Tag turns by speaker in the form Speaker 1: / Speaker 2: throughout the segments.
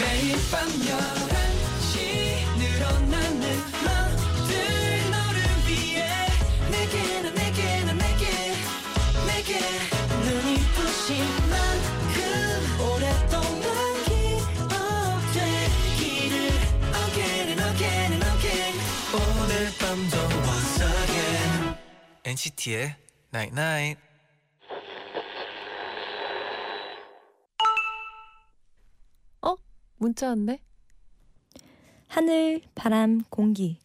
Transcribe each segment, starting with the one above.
Speaker 1: 매일 밤 11시 늘어나는 맘들 너를 위해 내게 난 내게 난 내게 내게 눈이 부신 만큼 오랫동안 기억되기를 Again and again and again 오늘 밤도 once again
Speaker 2: NCT의 Night Night.
Speaker 3: 문자 왔네.
Speaker 4: 하늘, 바람, 공기.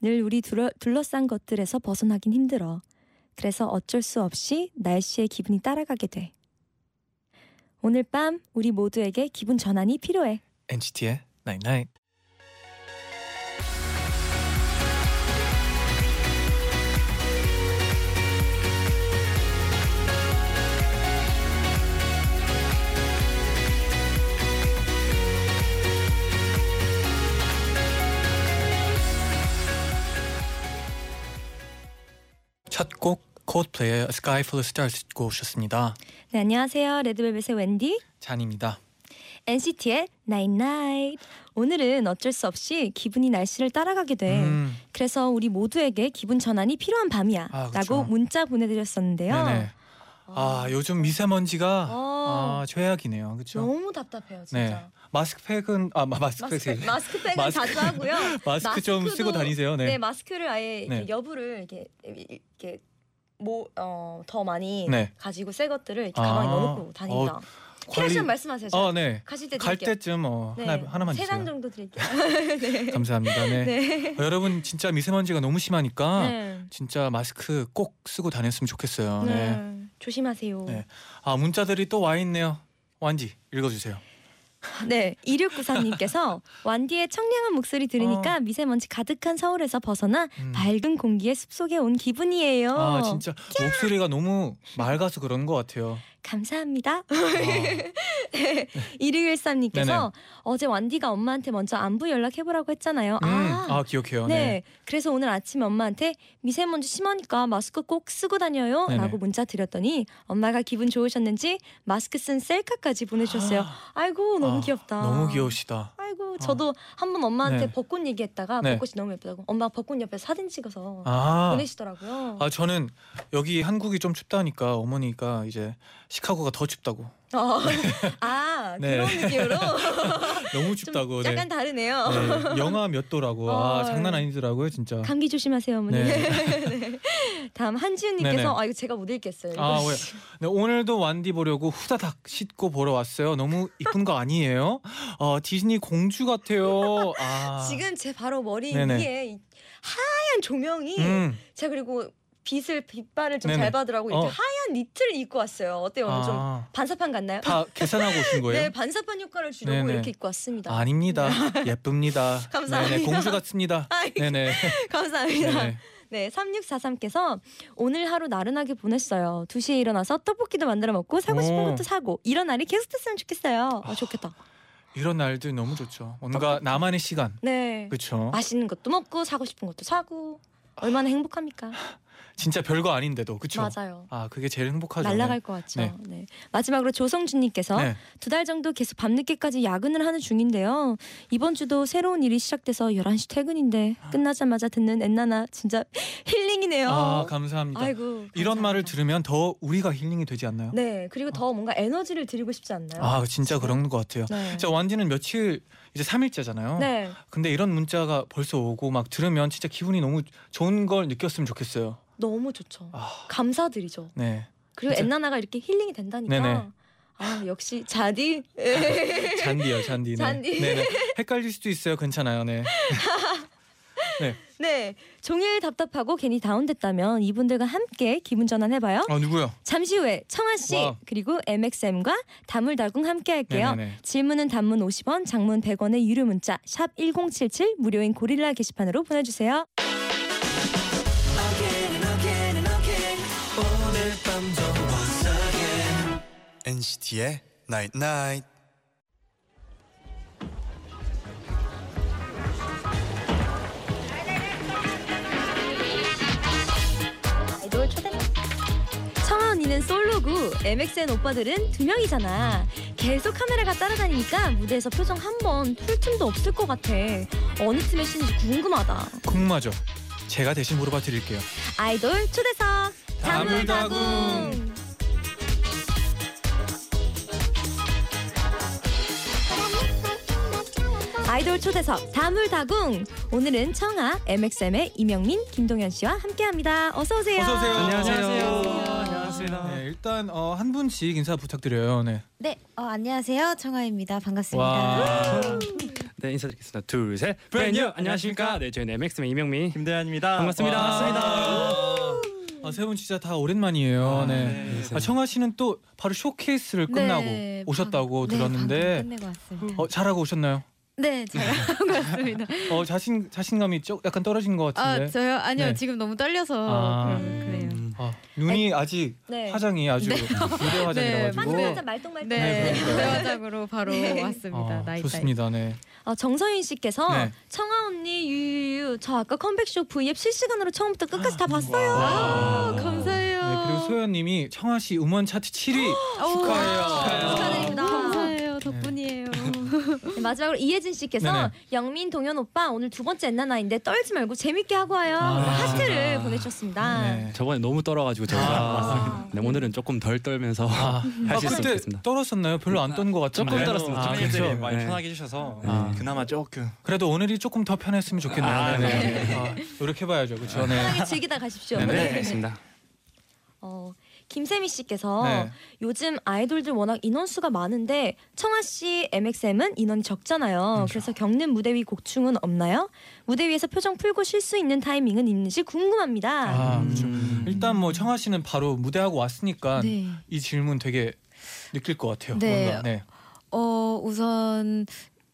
Speaker 4: 늘 우리 둘러, 둘러싼 것들에서 벗어나긴 힘들어. 그래서 어쩔 수 없이 날씨의 기분이 따라가게 돼. 오늘 밤 우리 모두에게 기분 전환이 필요해.
Speaker 2: NCT의 Night Night. 첫 곡 코드플레이의 A Sky Full of Stars 듣고 오셨습니다.
Speaker 4: 네, 안녕하세요. 레드벨벳의 wendy
Speaker 2: 잔입니다.
Speaker 4: NCT의 나잇나잇. 오늘은 어쩔 수 없이 기분이 날씨를 따라가게 돼.
Speaker 2: 음,
Speaker 4: 그래서 우리 모두에게 기분 전환이 필요한 밤이야.
Speaker 2: 아, 그쵸.
Speaker 4: 라고 문자 보내드렸었는데요.
Speaker 2: 네네. 아 요즘 미세먼지가
Speaker 4: 어.
Speaker 2: 아, 최악이네요. 그렇죠?
Speaker 4: 너무 답답해요, 진짜.
Speaker 2: 네. 마스크팩은 아 마- 마스크팩
Speaker 4: 마스크팩, 마스크팩은
Speaker 2: 마스크-
Speaker 4: 자주 하고요.
Speaker 2: 마스크 좀
Speaker 4: 마스크도-
Speaker 2: 쓰고 다니세요.
Speaker 4: 네.
Speaker 2: 네.
Speaker 4: 마스크를 아예 이렇게
Speaker 2: 네.
Speaker 4: 여부를 이렇게 이렇게 뭐어더 많이
Speaker 2: 네.
Speaker 4: 가지고 새 것들을 이렇게
Speaker 2: 아,
Speaker 4: 가방에 넣어놓고 다닙니다. 필요하시면
Speaker 2: 관리-
Speaker 4: 말씀하세요. 제가
Speaker 2: 어, 네.
Speaker 4: 가실 때
Speaker 2: 갈
Speaker 4: 드릴게요.
Speaker 2: 때쯤 어,
Speaker 4: 네.
Speaker 2: 하나 하나만 주세요.
Speaker 4: 세장 정도 드릴게요. 네.
Speaker 2: 감사합니다. 네.
Speaker 4: 네.
Speaker 2: 어, 여러분 진짜 미세먼지가 너무 심하니까
Speaker 4: 네.
Speaker 2: 진짜 마스크 꼭 쓰고 다녔으면 좋겠어요. 네.
Speaker 4: 네. 조심하세요.
Speaker 2: 네. 아 문자들이 또 와 있네요. 완지 읽어주세요.
Speaker 4: 네, 2694님께서 완디의 청량한 목소리 들으니까 미세먼지 가득한 서울에서 벗어나
Speaker 2: 어. 음.
Speaker 4: 밝은 공기에 숲속에 온 기분이에요.
Speaker 2: 아 진짜 목소리가 너무 맑아서 그런 것 같아요.
Speaker 4: 감사합니다.
Speaker 2: 아,
Speaker 4: 1613님께서
Speaker 2: 네네.
Speaker 4: 네. 어제 완디가 엄마한테 먼저 안부 연락해보라고 했잖아요.
Speaker 2: 음,
Speaker 4: 아,
Speaker 2: 아 기억해요.
Speaker 4: 네.
Speaker 2: 네.
Speaker 4: 그래서 오늘 아침 엄마한테 미세먼지 심하니까 마스크 꼭 쓰고 다녀요.
Speaker 2: 네네.
Speaker 4: 라고 문자 드렸더니 엄마가 기분 좋으셨는지 마스크 쓴 셀카까지 보내주셨어요. 아이고, 너무
Speaker 2: 아,
Speaker 4: 귀엽다.
Speaker 2: 너무 귀여우시다.
Speaker 4: 아이고, 저도 한 번 엄마한테
Speaker 2: 네.
Speaker 4: 벚꽃 얘기했다가
Speaker 2: 네.
Speaker 4: 벚꽃이 너무 예쁘다고 엄마 벚꽃 옆에 사진 찍어서
Speaker 2: 아,
Speaker 4: 보내시더라고요.
Speaker 2: 아 저는 여기 한국이 좀 춥다니까 어머니가 이제 시카고가 더 춥다고
Speaker 4: 어. 아,
Speaker 2: 네.
Speaker 4: 그런 느낌으로
Speaker 2: 너무
Speaker 4: 좀
Speaker 2: 춥다고 네.
Speaker 4: 약간 다르네요.
Speaker 2: 네, 영하 몇 도라고
Speaker 4: 어.
Speaker 2: 아 장난 아니더라고요 진짜
Speaker 4: 감기 조심하세요, 어머니.
Speaker 2: 네.
Speaker 4: 네. 다음
Speaker 2: 네네.
Speaker 4: 한지윤님께서 아 이거 제가 못 읽겠어요. 이거.
Speaker 2: 아, 왜? 네, 오늘도 완디 보려고 후다닥 씻고 보러 왔어요. 너무 이쁜 거 아니에요? 어, 디즈니 공주 같아요. 아.
Speaker 4: 지금 제 바로 머리
Speaker 2: 네네.
Speaker 4: 위에 이 하얀 조명이
Speaker 2: 음.
Speaker 4: 제가 그리고 빛을 빛발을 좀
Speaker 2: 네네.
Speaker 4: 잘 받으라고 이렇게
Speaker 2: 어.
Speaker 4: 하얀 니트를 입고 왔어요. 어때요? 오늘 좀
Speaker 2: 아,
Speaker 4: 반사판 같나요?
Speaker 2: 다 계산하고 오신 거예요?
Speaker 4: 네, 반사판 효과를 주려고
Speaker 2: 네네.
Speaker 4: 이렇게 입고 왔습니다.
Speaker 2: 아닙니다. 예쁩니다.
Speaker 4: 감사합니다.
Speaker 2: 네네, 공주 같습니다.
Speaker 4: 아이,
Speaker 2: 네네.
Speaker 4: 감사합니다.
Speaker 2: 네네.
Speaker 4: 네, 3643께서 오늘 하루 나른하게 보냈어요. 2시에 일어나서 떡볶이도 만들어 먹고 사고 싶은
Speaker 2: 오.
Speaker 4: 것도 사고 이런 날이 계속됐으면 좋겠어요. 아, 좋겠다.
Speaker 2: 이런 날들 너무 좋죠. 뭔가 나만의 시간.
Speaker 4: 네.
Speaker 2: 그렇죠.
Speaker 4: 맛있는 것도 먹고 사고 싶은 것도 사고 얼마나 행복합니까?
Speaker 2: 진짜 별거 아닌데도 그렇죠.
Speaker 4: 맞아요.
Speaker 2: 아 그게 제일 행복하죠.
Speaker 4: 날아갈 것 같죠. 네.
Speaker 2: 네.
Speaker 4: 마지막으로 조성준님께서
Speaker 2: 네.
Speaker 4: 두 달 정도 계속 밤늦게까지 야근을 하는 중인데요. 이번 주도 새로운 일이 시작돼서 11시 퇴근인데 끝나자마자 듣는 엔나나 진짜 힐링이네요.
Speaker 2: 아 감사합니다.
Speaker 4: 이고
Speaker 2: 이런 말을 들으면 더 우리가 힐링이 되지 않나요?
Speaker 4: 네 그리고 더 뭔가 에너지를 드리고 싶지 않나요?
Speaker 2: 아 진짜 그런 것 같아요.
Speaker 4: 네.
Speaker 2: 진짜 어. 완디는 며칠 이제 3일째잖아요.
Speaker 4: 네.
Speaker 2: 근데 이런 문자가 벌써 오고 막 들으면 진짜 기분이 너무 좋은 걸 느꼈으면 좋겠어요.
Speaker 4: 너무 좋죠.
Speaker 2: 아,
Speaker 4: 감사드리죠.
Speaker 2: 네.
Speaker 4: 그리고
Speaker 2: 진짜.
Speaker 4: 엔나나가 이렇게 힐링이 된다니까.
Speaker 2: 네네.
Speaker 4: 아 역시 자디.
Speaker 2: 잔디요, 잔디. 네.
Speaker 4: 잔디.
Speaker 2: 네, 네. 헷갈릴 수도 있어요. 괜찮아요. 네.
Speaker 4: 네, 종일 답답하고 괜히 다운됐다면 이분들과 함께 기분 전환해봐요.
Speaker 2: 아, 누구요?
Speaker 4: 잠시 후에 청아 씨
Speaker 2: 와우.
Speaker 4: 그리고 MXM과 다물다궁 함께할게요.
Speaker 2: 네네네.
Speaker 4: 질문은 단문 50원, 장문 100원의 유료 문자 샵 #1077 무료인 고릴라 게시판으로 보내주세요.
Speaker 1: Again and again and again 오늘 밤도 once again
Speaker 5: NCT의 Night Night.
Speaker 4: 청아 언니는 나는 솔로고 MXN 오빠들은 두 명이잖아. 계속 카메라가 따라다니니까 무대에서 표정 한 번 풀 틈도 없을 것 같아. 어느 틈에 쉬는지 궁금하다.
Speaker 2: 궁마죠. 제가 대신 물어봐 드릴게요.
Speaker 4: 아이돌 초대석
Speaker 2: 다물다궁.
Speaker 4: 다물다궁. 아이돌 초대석 다물다궁. 오늘은 청아 MXM의 이명민, 김동현 씨와 함께합니다. 어서 오세요.
Speaker 2: 어서 오세요.
Speaker 3: 안녕하세요.
Speaker 2: 네, 일단 어, 한 분씩 인사 부탁드려요. 네.
Speaker 6: 네, 어, 안녕하세요. 청아입니다. 반갑습니다.
Speaker 2: 와.
Speaker 3: 네 인사드리겠습니다. 둘, 셋,
Speaker 2: 브랜뉴!
Speaker 3: 브랜뉴 안녕하십니까? 네 저희는 MX맨 이명민.
Speaker 7: 김대현입니다.
Speaker 3: 반갑습니다.
Speaker 2: 아, 세분 진짜 다 오랜만이에요. 네. 아, 청아 씨는 또 바로 쇼케이스를 끝나고
Speaker 6: 네,
Speaker 2: 오셨다고
Speaker 6: 방- 네,
Speaker 2: 들었는데
Speaker 6: 방금 끝내고 왔습니다.
Speaker 2: 어, 잘하고 오셨나요?
Speaker 6: 네, 잘한 것 같습니다.
Speaker 2: 어, 자신 자신감이 좀 약간 떨어진 것
Speaker 6: 아,
Speaker 2: 같은데.
Speaker 6: 저요? 아니요.
Speaker 2: 네.
Speaker 6: 지금 너무 떨려서
Speaker 2: 아.
Speaker 6: 음, 그래요.
Speaker 2: 아, 눈이 아직
Speaker 4: 네.
Speaker 2: 화장이 아주 무대 화장이라
Speaker 6: 네,
Speaker 2: 가지고.
Speaker 4: 방금 여자 말똥말똥.
Speaker 6: 네,
Speaker 2: 네, 그러니까요.
Speaker 6: 대화작으로 바로
Speaker 4: 네.
Speaker 6: 왔습니다. 나이
Speaker 2: 좋습니다. 네.
Speaker 4: 어, 정서윤 씨께서
Speaker 2: 네.
Speaker 4: 청아 언니 유유유 저 아까 컴백쇼 V앱 실시간으로 처음부터 끝까지 다 봤어요.
Speaker 6: 아, 감사해요.
Speaker 2: 네, 그리고 소연 님이 청아 씨 음원 차트 7위 축하해요.
Speaker 6: 와,
Speaker 4: 축하드립니다.
Speaker 6: 감사해요.
Speaker 4: 네,
Speaker 6: 덕분이에요.
Speaker 4: 마지막으로 이혜진 씨께서
Speaker 2: 네네.
Speaker 4: 영민 동현 오빠 오늘 두 번째 엔나나인데 떨지 말고 재밌게 하고 와요. 뭐
Speaker 2: 아,
Speaker 4: 하트를
Speaker 2: 맞습니다.
Speaker 4: 보내주셨습니다.
Speaker 2: 네.
Speaker 3: 아, 저번에 너무 떨어가지고 저희가 네, 오늘은 조금 덜 떨면서
Speaker 2: 아, 아,
Speaker 3: 할수 있을 것
Speaker 2: 그때
Speaker 3: 같습니다.
Speaker 2: 떨었었나요? 별로 안 떤 것 같죠?
Speaker 3: 조금 떨었습니다.
Speaker 2: 아,
Speaker 3: 조금
Speaker 2: 그렇죠.
Speaker 7: 청년들이 많이
Speaker 3: 네.
Speaker 7: 편하게 해주셔서
Speaker 3: 아.
Speaker 7: 그나마 조금
Speaker 2: 그래도 오늘이 조금 더 편했으면 좋겠네요.
Speaker 3: 아,
Speaker 2: 네. 아, 노력해봐야죠. 그렇죠. 네.
Speaker 4: 편하게 즐기다 가십시오.
Speaker 3: 네, 네,
Speaker 4: 네.
Speaker 3: 알겠습니다.
Speaker 4: 어, 김세미 씨께서
Speaker 2: 네.
Speaker 4: 요즘 아이돌들 워낙 인원수가 많은데 청아 씨 MXM은 인원이 적잖아요.
Speaker 2: 그렇죠.
Speaker 4: 그래서 겪는 무대 위 곡충은 없나요? 무대 위에서 표정 풀고 쉴 수 있는 타이밍은 있는지 궁금합니다.
Speaker 2: 아, 그렇죠.
Speaker 3: 음.
Speaker 2: 일단 뭐 청아 씨는 바로 무대하고 왔으니까
Speaker 6: 네.
Speaker 2: 이 질문 되게 느낄 것 같아요.
Speaker 6: 네.
Speaker 2: 뭔가. 네.
Speaker 6: 어 우선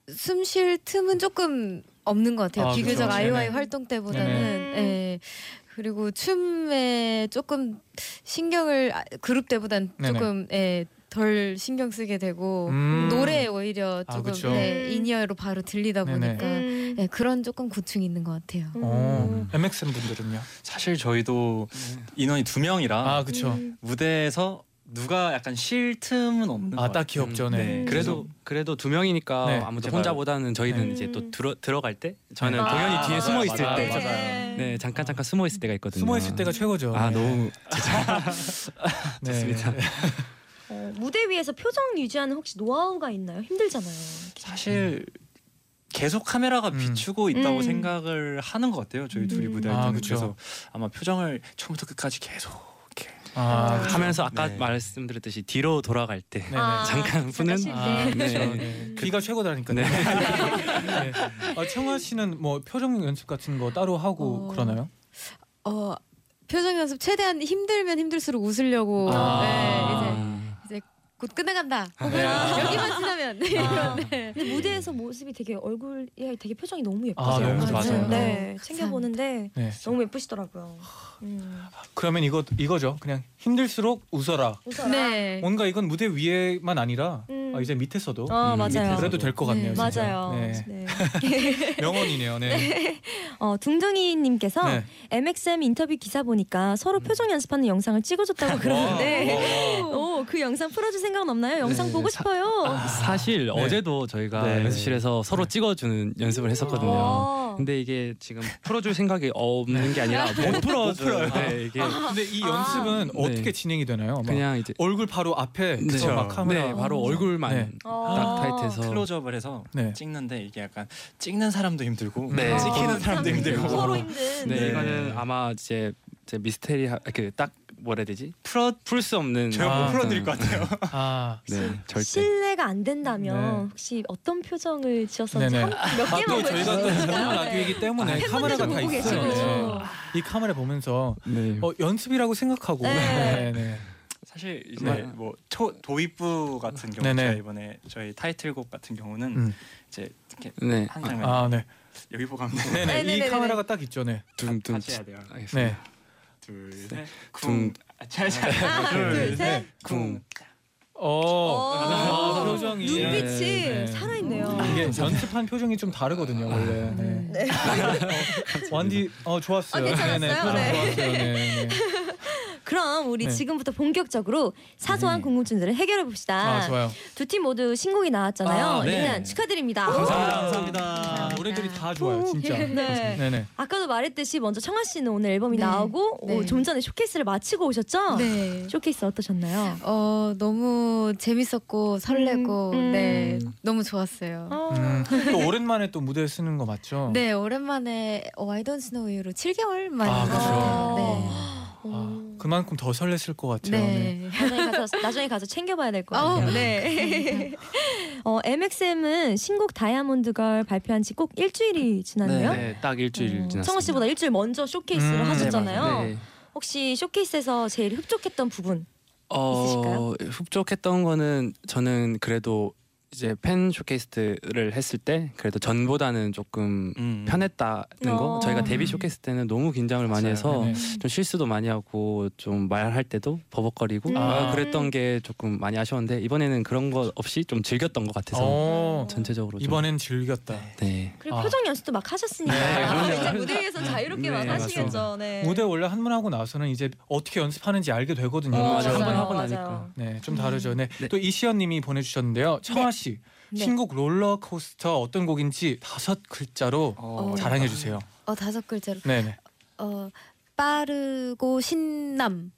Speaker 6: 숨 쉴 틈은 조금 없는 것 같아요.
Speaker 2: 아,
Speaker 6: 비교적
Speaker 2: 그렇죠.
Speaker 6: 아이와이
Speaker 2: 네네.
Speaker 6: 활동 때보다는
Speaker 4: 네네.
Speaker 6: 예.
Speaker 4: 음.
Speaker 6: 그리고 춤에 조금 신경을 아, 그룹 때보단
Speaker 2: 네네.
Speaker 6: 조금 예, 덜 신경 쓰게 되고
Speaker 2: 음.
Speaker 6: 노래에 오히려
Speaker 2: 아,
Speaker 6: 조금
Speaker 2: 그쵸.
Speaker 6: 예, 인이어로 바로 들리다
Speaker 2: 네네.
Speaker 6: 보니까
Speaker 4: 음.
Speaker 6: 예, 그런 조금 고충이 있는 것 같아요.
Speaker 2: 어, MXM 분들은요.
Speaker 7: 사실 저희도 인원이 두 명이라
Speaker 2: 네. 아, 그렇죠.
Speaker 6: 음.
Speaker 7: 무대에서 누가 약간 쉴 틈은 없는
Speaker 2: 아,
Speaker 7: 것 같아요.
Speaker 2: 딱히 없죠. 네.
Speaker 7: 네.
Speaker 3: 음. 그래도 그래도 두 명이니까
Speaker 2: 네,
Speaker 3: 아무튼
Speaker 7: 제발.
Speaker 3: 혼자보다는 저희는
Speaker 2: 네.
Speaker 3: 이제 또 들어 들어갈 때 저는
Speaker 4: 아,
Speaker 3: 동현이 뒤에
Speaker 7: 맞아요,
Speaker 3: 숨어 있을
Speaker 7: 맞아요,
Speaker 3: 때,
Speaker 7: 맞아요.
Speaker 3: 네 잠깐 잠깐 숨어 있을 때가 있거든요.
Speaker 2: 숨어 있을 때가 최고죠.
Speaker 3: 아 너무
Speaker 2: 네.
Speaker 3: 좋습니다.
Speaker 2: 네.
Speaker 4: 어, 무대 위에서 표정 유지하는 혹시 노하우가 있나요? 힘들잖아요.
Speaker 2: 네,
Speaker 7: 사실
Speaker 3: 음.
Speaker 7: 계속 카메라가
Speaker 2: 음.
Speaker 7: 비추고 있다고
Speaker 4: 음.
Speaker 7: 생각을 하는 것 같아요. 저희 둘이
Speaker 6: 음.
Speaker 7: 무대할
Speaker 2: 아,
Speaker 7: 때는
Speaker 2: 그쵸.
Speaker 7: 그래서 아마 표정을 처음부터 끝까지 계속 이렇게
Speaker 2: 아, 그렇죠.
Speaker 3: 하면서 아까
Speaker 7: 네.
Speaker 3: 말씀드렸듯이 뒤로 돌아갈 때
Speaker 2: 네네.
Speaker 3: 잠깐 푸는?
Speaker 4: 쉴 때.
Speaker 2: 아, 그렇죠.
Speaker 3: 네.
Speaker 2: 네. 귀가 최고다니까요.
Speaker 3: 네.
Speaker 2: 네. 아, 청아 씨는 뭐 표정 연습 같은 거 따로 하고
Speaker 6: 어,
Speaker 2: 그러나요?
Speaker 6: 어 표정 연습 최대한 힘들면 힘들수록 웃으려고 예, 이제
Speaker 7: 아.
Speaker 6: 곧 끝나간다. 혹은 여기만 지나면
Speaker 2: 아.
Speaker 6: 네.
Speaker 4: 근데 무대에서 모습이 되게 얼굴이 예, 되게 표정이 너무
Speaker 2: 아,
Speaker 4: 예쁘세요.
Speaker 2: 너무
Speaker 6: 맞아요.
Speaker 2: 좋아요.
Speaker 4: 네, 챙겨보는데
Speaker 2: 네.
Speaker 4: 너무 예쁘시더라고요. 음.
Speaker 2: 그러면 이거 이거죠. 그냥 힘들수록 웃어라.
Speaker 4: 웃어라.
Speaker 6: 네.
Speaker 2: 뭔가 이건 무대 위에만 아니라
Speaker 4: 음.
Speaker 2: 아, 이제 밑에서도
Speaker 4: 어
Speaker 3: 음,
Speaker 4: 맞아요.
Speaker 3: 밑에서.
Speaker 2: 그래도 될 것 같네요.
Speaker 6: 네,
Speaker 2: 진짜.
Speaker 4: 맞아요.
Speaker 2: 네.
Speaker 4: 네.
Speaker 2: 명언이네요. 네.
Speaker 4: 어, 둥둥이님께서
Speaker 2: 네. 음.
Speaker 4: MXM 인터뷰 기사 보니까 서로 표정 연습하는 영상을 찍어줬다고 그러는데,
Speaker 2: 와,
Speaker 4: 오 그 영상 풀어줄 생각은 없나요? 영상
Speaker 3: 네,
Speaker 4: 보고
Speaker 3: 사-
Speaker 4: 싶어요.
Speaker 3: 사실 어제도 저희가
Speaker 7: 네.
Speaker 3: 연습실에서 서로 찍어주는 연습을 했었거든요.
Speaker 4: 오.
Speaker 3: 근데 이게 지금 풀어줄 생각이 없는
Speaker 7: 네.
Speaker 3: 게 아니라 못 풀어줘요. 네, 이게
Speaker 7: 아.
Speaker 2: 와. 근데
Speaker 4: 아.
Speaker 2: 이 연습은
Speaker 3: 네.
Speaker 2: 어떻게 진행이 되나요? 막
Speaker 3: 그냥 이제
Speaker 2: 얼굴 바로 앞에
Speaker 3: 네.
Speaker 2: 그래서 막 카메라
Speaker 3: 네, 바로 얼굴만
Speaker 2: 네.
Speaker 4: 어.
Speaker 3: 딱 타이트해서
Speaker 7: 클로즈업을 해서
Speaker 2: 네.
Speaker 7: 찍는데 이게 약간 찍는 사람도 힘들고 아,
Speaker 3: 네.
Speaker 7: 찍히는
Speaker 4: 어,
Speaker 7: 사람도
Speaker 4: 참
Speaker 7: 힘들고
Speaker 4: 서로 힘든.
Speaker 3: 네,
Speaker 7: 네.
Speaker 3: 이거는 아마 이제 제 미스테리 그딱 뭐라 해야 되지 풀어 풀 수 없는
Speaker 7: 제가 뭐
Speaker 2: 아,
Speaker 7: 못 풀어드릴 것 같아요.
Speaker 2: 아,
Speaker 3: 네 절대
Speaker 4: 신뢰가 안 된다면
Speaker 2: 네.
Speaker 4: 혹시 어떤 표정을 지어서 몇
Speaker 2: 네네.
Speaker 4: 개만
Speaker 2: 아, 또 저희가 또
Speaker 4: 보여주실 수
Speaker 2: 전문
Speaker 4: 있을까요?
Speaker 2: 라디오이기 때문에
Speaker 4: 아, 네. 팬분들도
Speaker 2: 카메라가 다
Speaker 4: 보고
Speaker 2: 있어요.
Speaker 4: 계시고.
Speaker 2: 네. 이 카메라 보면서
Speaker 3: 네.
Speaker 2: 어, 연습이라고 생각하고
Speaker 4: 네.
Speaker 2: 네, 네.
Speaker 7: 사실 이제
Speaker 2: 네.
Speaker 7: 뭐 초, 도입부 같은 경우
Speaker 2: 네네.
Speaker 7: 제가 이번에 저희 타이틀곡 같은 경우는
Speaker 2: 음.
Speaker 7: 이제 이렇게
Speaker 3: 네
Speaker 7: 한 장면
Speaker 2: 아, 네.
Speaker 7: 여기 보고 하면
Speaker 2: 네, 네. 이
Speaker 4: 네네네네.
Speaker 2: 카메라가 딱 있죠. 네.
Speaker 3: 둥둥
Speaker 7: 같이 해야 돼요.
Speaker 2: 네.
Speaker 3: 알겠습니다. 쿵.
Speaker 7: 아, 둘셋쿵둘셋쿵
Speaker 4: 셋.
Speaker 2: 네. 어.
Speaker 4: 오.
Speaker 2: 아, 표정이. 음.
Speaker 4: 눈빛이
Speaker 3: 네, 네.
Speaker 4: 살아있네요.
Speaker 2: 이게 연습한 표정이 좀 다르거든요, 원래. 네.
Speaker 4: 네.
Speaker 2: 완디 어 좋았어요.
Speaker 4: 어, 괜찮았어요?
Speaker 2: 표정
Speaker 4: 네.
Speaker 2: 좋았어요. 네. 네.
Speaker 4: 그럼 우리
Speaker 2: 네.
Speaker 4: 지금부터 본격적으로 사소한
Speaker 7: 네.
Speaker 4: 궁금증들을 해결해 봅시다.
Speaker 2: 아 좋아요.
Speaker 4: 두 팀 모두 신곡이 나왔잖아요.
Speaker 7: 아, 네.
Speaker 4: 일단 축하드립니다.
Speaker 2: 감사합니다.
Speaker 7: 감사합니다.
Speaker 2: 노래들이 다 좋아요, 진짜.
Speaker 4: 네.
Speaker 2: 네네.
Speaker 4: 아까도 말했듯이 먼저 청아 씨는 오늘 앨범이
Speaker 6: 네.
Speaker 4: 나오고
Speaker 6: 네.
Speaker 4: 오, 좀 전에 쇼케이스를 마치고 오셨죠?
Speaker 6: 네.
Speaker 4: 쇼케이스 어떠셨나요?
Speaker 6: 어 너무 재밌었고 설레고
Speaker 4: 음, 음.
Speaker 6: 네 너무 좋았어요.
Speaker 2: 음, 또 오랜만에 또 무대 쓰는 거 맞죠?
Speaker 6: 네 오랜만에 어, I Don't Know You로 7개월 만에
Speaker 2: 아,
Speaker 4: 그쵸. 네.
Speaker 2: 아, 그만큼 더 설렜을 것 같아요. 네.
Speaker 6: 네. 네.
Speaker 4: 나중에 가서 나중에 가서 챙겨봐야 될 것
Speaker 6: 어,
Speaker 4: 같아요.
Speaker 6: 네.
Speaker 4: 어, MXM은 신곡 다이아몬드 걸 발표한 지 꼭 일주일이 지났네요. 음,
Speaker 3: 네, 딱 일주일 지났습니다.
Speaker 4: 청아 씨보다 일주일 먼저 쇼케이스를
Speaker 2: 음,
Speaker 4: 하셨잖아요.
Speaker 3: 네, 맞아요. 네.
Speaker 4: 혹시 쇼케이스에서 제일 흡족했던 부분?
Speaker 3: 어, 흡족했던 거는 저는 그래도 이제 팬 쇼케이스를 했을 때 그래도 전보다는 조금
Speaker 7: 음.
Speaker 3: 편했다는 거.
Speaker 4: 어.
Speaker 3: 저희가 데뷔 쇼케이스 때는 너무 긴장을 많이
Speaker 7: 맞아요.
Speaker 3: 해서
Speaker 2: 네네.
Speaker 3: 좀 실수도 많이 하고 좀 말할 때도 버벅거리고
Speaker 4: 음.
Speaker 3: 아, 그랬던 게 조금 많이 아쉬웠는데 이번에는 그런 거 없이 좀 즐겼던 것 같아서
Speaker 2: 어,
Speaker 3: 전체적으로 좀,
Speaker 2: 이번엔 즐겼다.
Speaker 3: 네.
Speaker 4: 그리고
Speaker 2: 아.
Speaker 4: 표정 연습도 막 하셨으니까
Speaker 2: 네,
Speaker 4: 아,
Speaker 2: 그럼요.
Speaker 4: 이제 무대에서 자유롭게
Speaker 3: 네,
Speaker 4: 막
Speaker 3: 맞습니다.
Speaker 4: 하시겠죠. 네.
Speaker 2: 무대 원래 한 번 하고 나서는 이제 어떻게 연습하는지 알게 되거든요. 그렇죠?
Speaker 4: 어,
Speaker 3: 음, 맞아요.
Speaker 2: 한 번
Speaker 4: 맞아요,
Speaker 2: 하고
Speaker 4: 맞아요.
Speaker 3: 나니까.
Speaker 2: 네, 좀 다르죠. 네.
Speaker 3: 네.
Speaker 2: 또 이시연님이 보내주셨는데요. 청아 씨
Speaker 4: 네.
Speaker 2: 신곡 롤러코스터 어떤 곡인지 다섯 글자로
Speaker 7: 어,
Speaker 2: 자랑해 주세요.
Speaker 6: 어 다섯 글자로
Speaker 2: 네네.
Speaker 6: 어 빠르고 신남.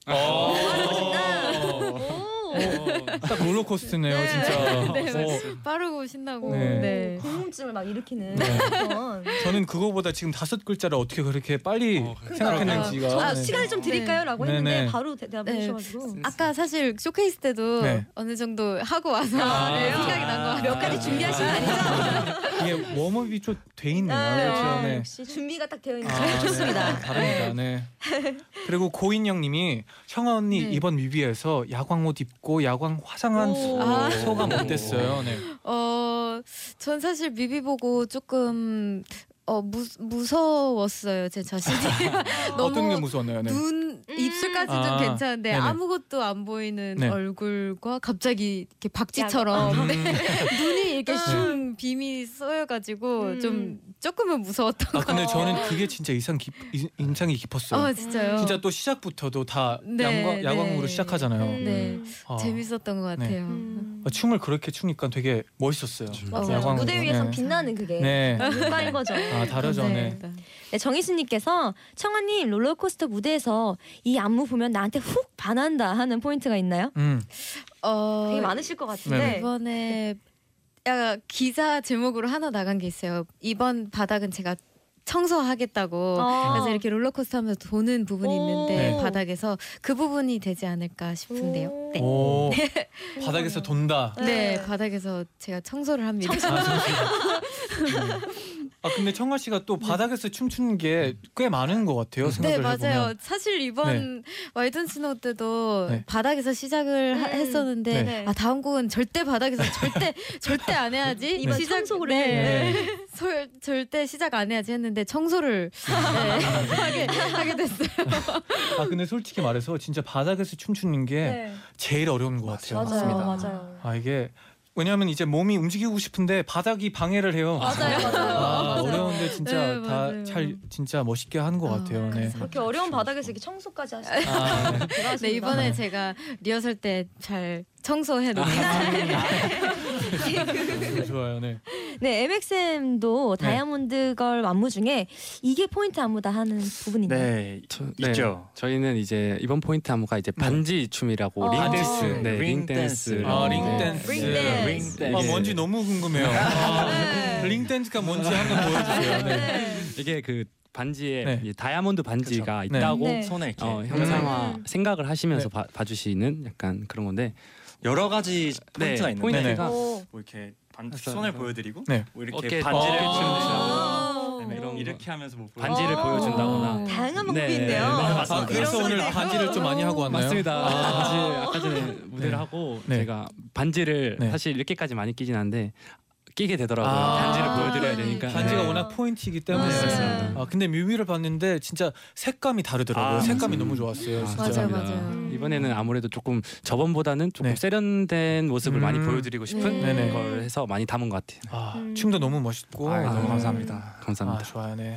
Speaker 2: 오,
Speaker 4: 오,
Speaker 2: 딱 롤러코스터네요,
Speaker 6: 네.
Speaker 2: 진짜. 어,
Speaker 6: 네,
Speaker 2: 오,
Speaker 6: 맞습니다. 빠르고 신나고.
Speaker 2: 네.
Speaker 6: 네.
Speaker 4: 궁금증을 막 일으키는
Speaker 2: 네.
Speaker 4: 그런.
Speaker 2: 저는 그거보다 지금 다섯 글자를 어떻게 그렇게 빨리
Speaker 5: 어,
Speaker 2: 생각했는지가.
Speaker 4: 아,
Speaker 2: 네.
Speaker 4: 시간을 좀 드릴까요?라고
Speaker 2: 네.
Speaker 4: 했는데
Speaker 2: 네.
Speaker 4: 바로 대- 대답해
Speaker 6: 네.
Speaker 4: 주셔가지고
Speaker 6: 아까 사실 쇼케이스 때도
Speaker 2: 네. 아.
Speaker 6: 어느 정도 하고 와서 네, 생각이 난 거 같아요.
Speaker 4: 몇 가지 준비하신 거 아니죠?
Speaker 2: 이게 웜업이 좀 돼 있네요.
Speaker 4: 아,
Speaker 2: 그렇죠. 네.
Speaker 4: 역시 준비가 딱 되어 있는
Speaker 2: 아,
Speaker 4: 게 좋습니다.
Speaker 2: 네, 다릅니다. 네. 그리고 고인영님이 청아 언니
Speaker 6: 네.
Speaker 2: 이번 뮤비에서 야광옷 입고 야광 화장한
Speaker 4: 오.
Speaker 6: 아.
Speaker 2: 소감 어땠어요? 네.
Speaker 6: 어, 전 사실 뮤비 보고 조금 어 무, 무서웠어요 제 자신이
Speaker 2: 어떤 게
Speaker 6: 너무
Speaker 2: 무서웠나요? 네.
Speaker 6: 눈
Speaker 4: 음.
Speaker 6: 입술까지 좀
Speaker 2: 아,
Speaker 6: 괜찮은데
Speaker 2: 네네.
Speaker 6: 아무것도 안 보이는
Speaker 2: 네.
Speaker 6: 얼굴과 갑자기 이렇게
Speaker 4: 아.
Speaker 6: 박쥐처럼 네,
Speaker 2: 음.
Speaker 6: 눈이 이렇게
Speaker 2: 네.
Speaker 6: 슝 빔이 쏘여가지고
Speaker 4: 음.
Speaker 6: 좀 조금은 무서웠던
Speaker 2: 아 근데 저는 그게 진짜 인상 깊 인- 인상이 깊었어요.
Speaker 6: 아 진짜요
Speaker 2: 진짜 또 시작부터도 다
Speaker 6: 네,
Speaker 2: 야광,
Speaker 6: 네.
Speaker 2: 야광으로 시작하잖아요.
Speaker 6: 네.
Speaker 2: 아,
Speaker 6: 재밌었던 것 같아요
Speaker 2: 아, 춤을 그렇게 추니까 되게 멋있었어요.
Speaker 6: 맞아요.
Speaker 2: 야광으로.
Speaker 4: 음. 무대 위에서
Speaker 2: 네.
Speaker 4: 빛나는 그게
Speaker 2: 네.
Speaker 4: 물방인 거죠.
Speaker 2: 아 다르죠. 네.
Speaker 6: 감사합니다.
Speaker 4: 네, 정희수님께서 청아님 롤러코스터 무대에서 이 안무 보면 나한테 훅 반한다 하는 포인트가 있나요?
Speaker 2: 음.
Speaker 6: 어,
Speaker 4: 되게 많으실 것
Speaker 2: 네네.
Speaker 4: 같은데.
Speaker 6: 이번에 약간 기사 제목으로 하나 나간 게 있어요. 이번 바닥은 제가 청소하겠다고.
Speaker 4: 아.
Speaker 6: 그래서 이렇게 롤러코스터 하면서 도는 부분이
Speaker 4: 오.
Speaker 6: 있는데
Speaker 4: 네.
Speaker 6: 바닥에서 그 부분이 되지 않을까 싶은데요. 네.
Speaker 2: 오 바닥에서 돈다.
Speaker 6: 네, 바닥에서 제가 청소를 합니다.
Speaker 2: 아, 잠시만요. 아 근데 청아 씨가 또 바닥에서 춤추는 게 꽤 많은 것 같아요
Speaker 6: 네,
Speaker 2: 생각을
Speaker 6: 맞아요.
Speaker 2: 해보면.
Speaker 6: 사실 이번 와이든 스노우 때도
Speaker 2: 네.
Speaker 6: 바닥에서 시작을 하-
Speaker 4: 음.
Speaker 6: 했었는데
Speaker 4: 네.
Speaker 6: 아 다음 곡은 절대 바닥에서 절대 절대 안 해야지.
Speaker 4: 이번 청소를.
Speaker 6: 네.
Speaker 2: 네.
Speaker 6: 설, 절대 시작 안 해야지 했는데 청소를 네, 하게 하게 됐어요.
Speaker 2: 아 근데 솔직히 말해서 진짜 바닥에서 춤추는 게 제일 어려운 것 같아요.
Speaker 4: 네. 맞아요,
Speaker 7: 맞습니다.
Speaker 4: 맞아요.
Speaker 2: 아 이게 왜냐하면 이제 몸이 움직이고 싶은데 바닥이 방해를 해요.
Speaker 4: 맞아요, 맞아요.
Speaker 2: 아,
Speaker 4: 맞아요.
Speaker 2: 어려운데 진짜
Speaker 6: 네,
Speaker 2: 다
Speaker 6: 맞아요.
Speaker 2: 잘 진짜 멋있게 한 것
Speaker 6: 아,
Speaker 2: 같아요. 네.
Speaker 6: 감사합니다.
Speaker 4: 그렇게 어려운 바닥에서 이렇게 청소까지 하시는
Speaker 2: 아, 네.
Speaker 6: 네 이번에 제가 리허설 때 잘 청소해
Speaker 2: 아.
Speaker 6: 놓습니다.
Speaker 2: 너무 좋아요. 네.
Speaker 4: 네, MXM도
Speaker 2: 네.
Speaker 4: 다이아몬드 걸 안무 중에 이게 포인트 안무다 하는 부분이 있나요?
Speaker 7: 네,
Speaker 3: 저-
Speaker 7: 네. 있죠.
Speaker 3: 저희는 이제 이번 포인트 안무가 이제 반지 춤이라고
Speaker 4: 어.
Speaker 3: 링
Speaker 2: 반지
Speaker 3: 댄스,
Speaker 2: 춤.
Speaker 3: 네, 링
Speaker 7: 링
Speaker 3: 댄스, 네.
Speaker 7: 댄스.
Speaker 2: 아
Speaker 7: 어.
Speaker 2: 링댄스.
Speaker 4: 링 댄스.
Speaker 7: 네.
Speaker 2: 아 뭔지 너무 궁금해요. 아,
Speaker 4: 네.
Speaker 2: 링댄스가 뭔지 한번 보여주세요. 네.
Speaker 3: 이게 그 반지에
Speaker 2: 네.
Speaker 3: 이 다이아몬드 반지가
Speaker 2: 그쵸.
Speaker 3: 있다고
Speaker 4: 네.
Speaker 7: 손에 이렇게
Speaker 3: 어, 형상화
Speaker 4: 음.
Speaker 3: 생각을 하시면서 봐, 봐주시는 약간 그런 건데
Speaker 7: 여러 가지 포인트가 있는데
Speaker 2: 포인트가
Speaker 7: 네.
Speaker 4: 오.
Speaker 7: 뭐 이렇게 반,
Speaker 3: 알았어요.
Speaker 7: 손을 보여드리고
Speaker 2: 네.
Speaker 7: 뭐 이렇게
Speaker 3: 어깨
Speaker 7: 반지를
Speaker 2: 어.
Speaker 7: 치면서
Speaker 4: 오.
Speaker 7: 네,
Speaker 3: 이런
Speaker 7: 이런
Speaker 3: 거.
Speaker 7: 이렇게 하면서 뭐 보여드리고
Speaker 3: 반지를
Speaker 4: 오.
Speaker 3: 보여준다거나
Speaker 4: 아, 다양한 방법이
Speaker 3: 네.
Speaker 4: 있네요.
Speaker 3: 네,
Speaker 2: 아,
Speaker 7: 맞습니다.
Speaker 2: 그래서 오늘
Speaker 4: 이런
Speaker 2: 반지를 좀 많이 하고 왔나요?
Speaker 3: 맞습니다.
Speaker 2: 아.
Speaker 3: 반지 아까 전에 무대를
Speaker 2: 네.
Speaker 3: 하고
Speaker 2: 네.
Speaker 3: 제가 반지를
Speaker 2: 네.
Speaker 3: 사실 이렇게까지 많이 끼진 않는데 끼게 되더라고요.
Speaker 2: 아.
Speaker 3: 반지를 보여드려야 되니까.
Speaker 2: 반지가
Speaker 3: 네.
Speaker 2: 워낙 포인트이기 때문에
Speaker 6: 맞습니다.
Speaker 2: 아 근데 뮤비를 봤는데 진짜 색감이 다르더라고요.
Speaker 3: 아,
Speaker 2: 색감이
Speaker 3: 맞아요.
Speaker 2: 너무 좋았어요.
Speaker 3: 아,
Speaker 2: 진짜.
Speaker 6: 맞아요,
Speaker 3: 감사합니다.
Speaker 6: 맞아요.
Speaker 3: 이번에는 아무래도 조금 저번보다는 조금
Speaker 2: 네.
Speaker 3: 세련된 모습을
Speaker 2: 음.
Speaker 3: 많이 보여드리고 싶은
Speaker 2: 네네.
Speaker 3: 걸 해서 많이 담은 것 같아요.
Speaker 2: 아,
Speaker 4: 음.
Speaker 2: 춤도 너무 멋있고
Speaker 3: 아유, 너무
Speaker 7: 감사합니다.
Speaker 2: 아,
Speaker 3: 감사합니다.
Speaker 2: 좋아요. 네.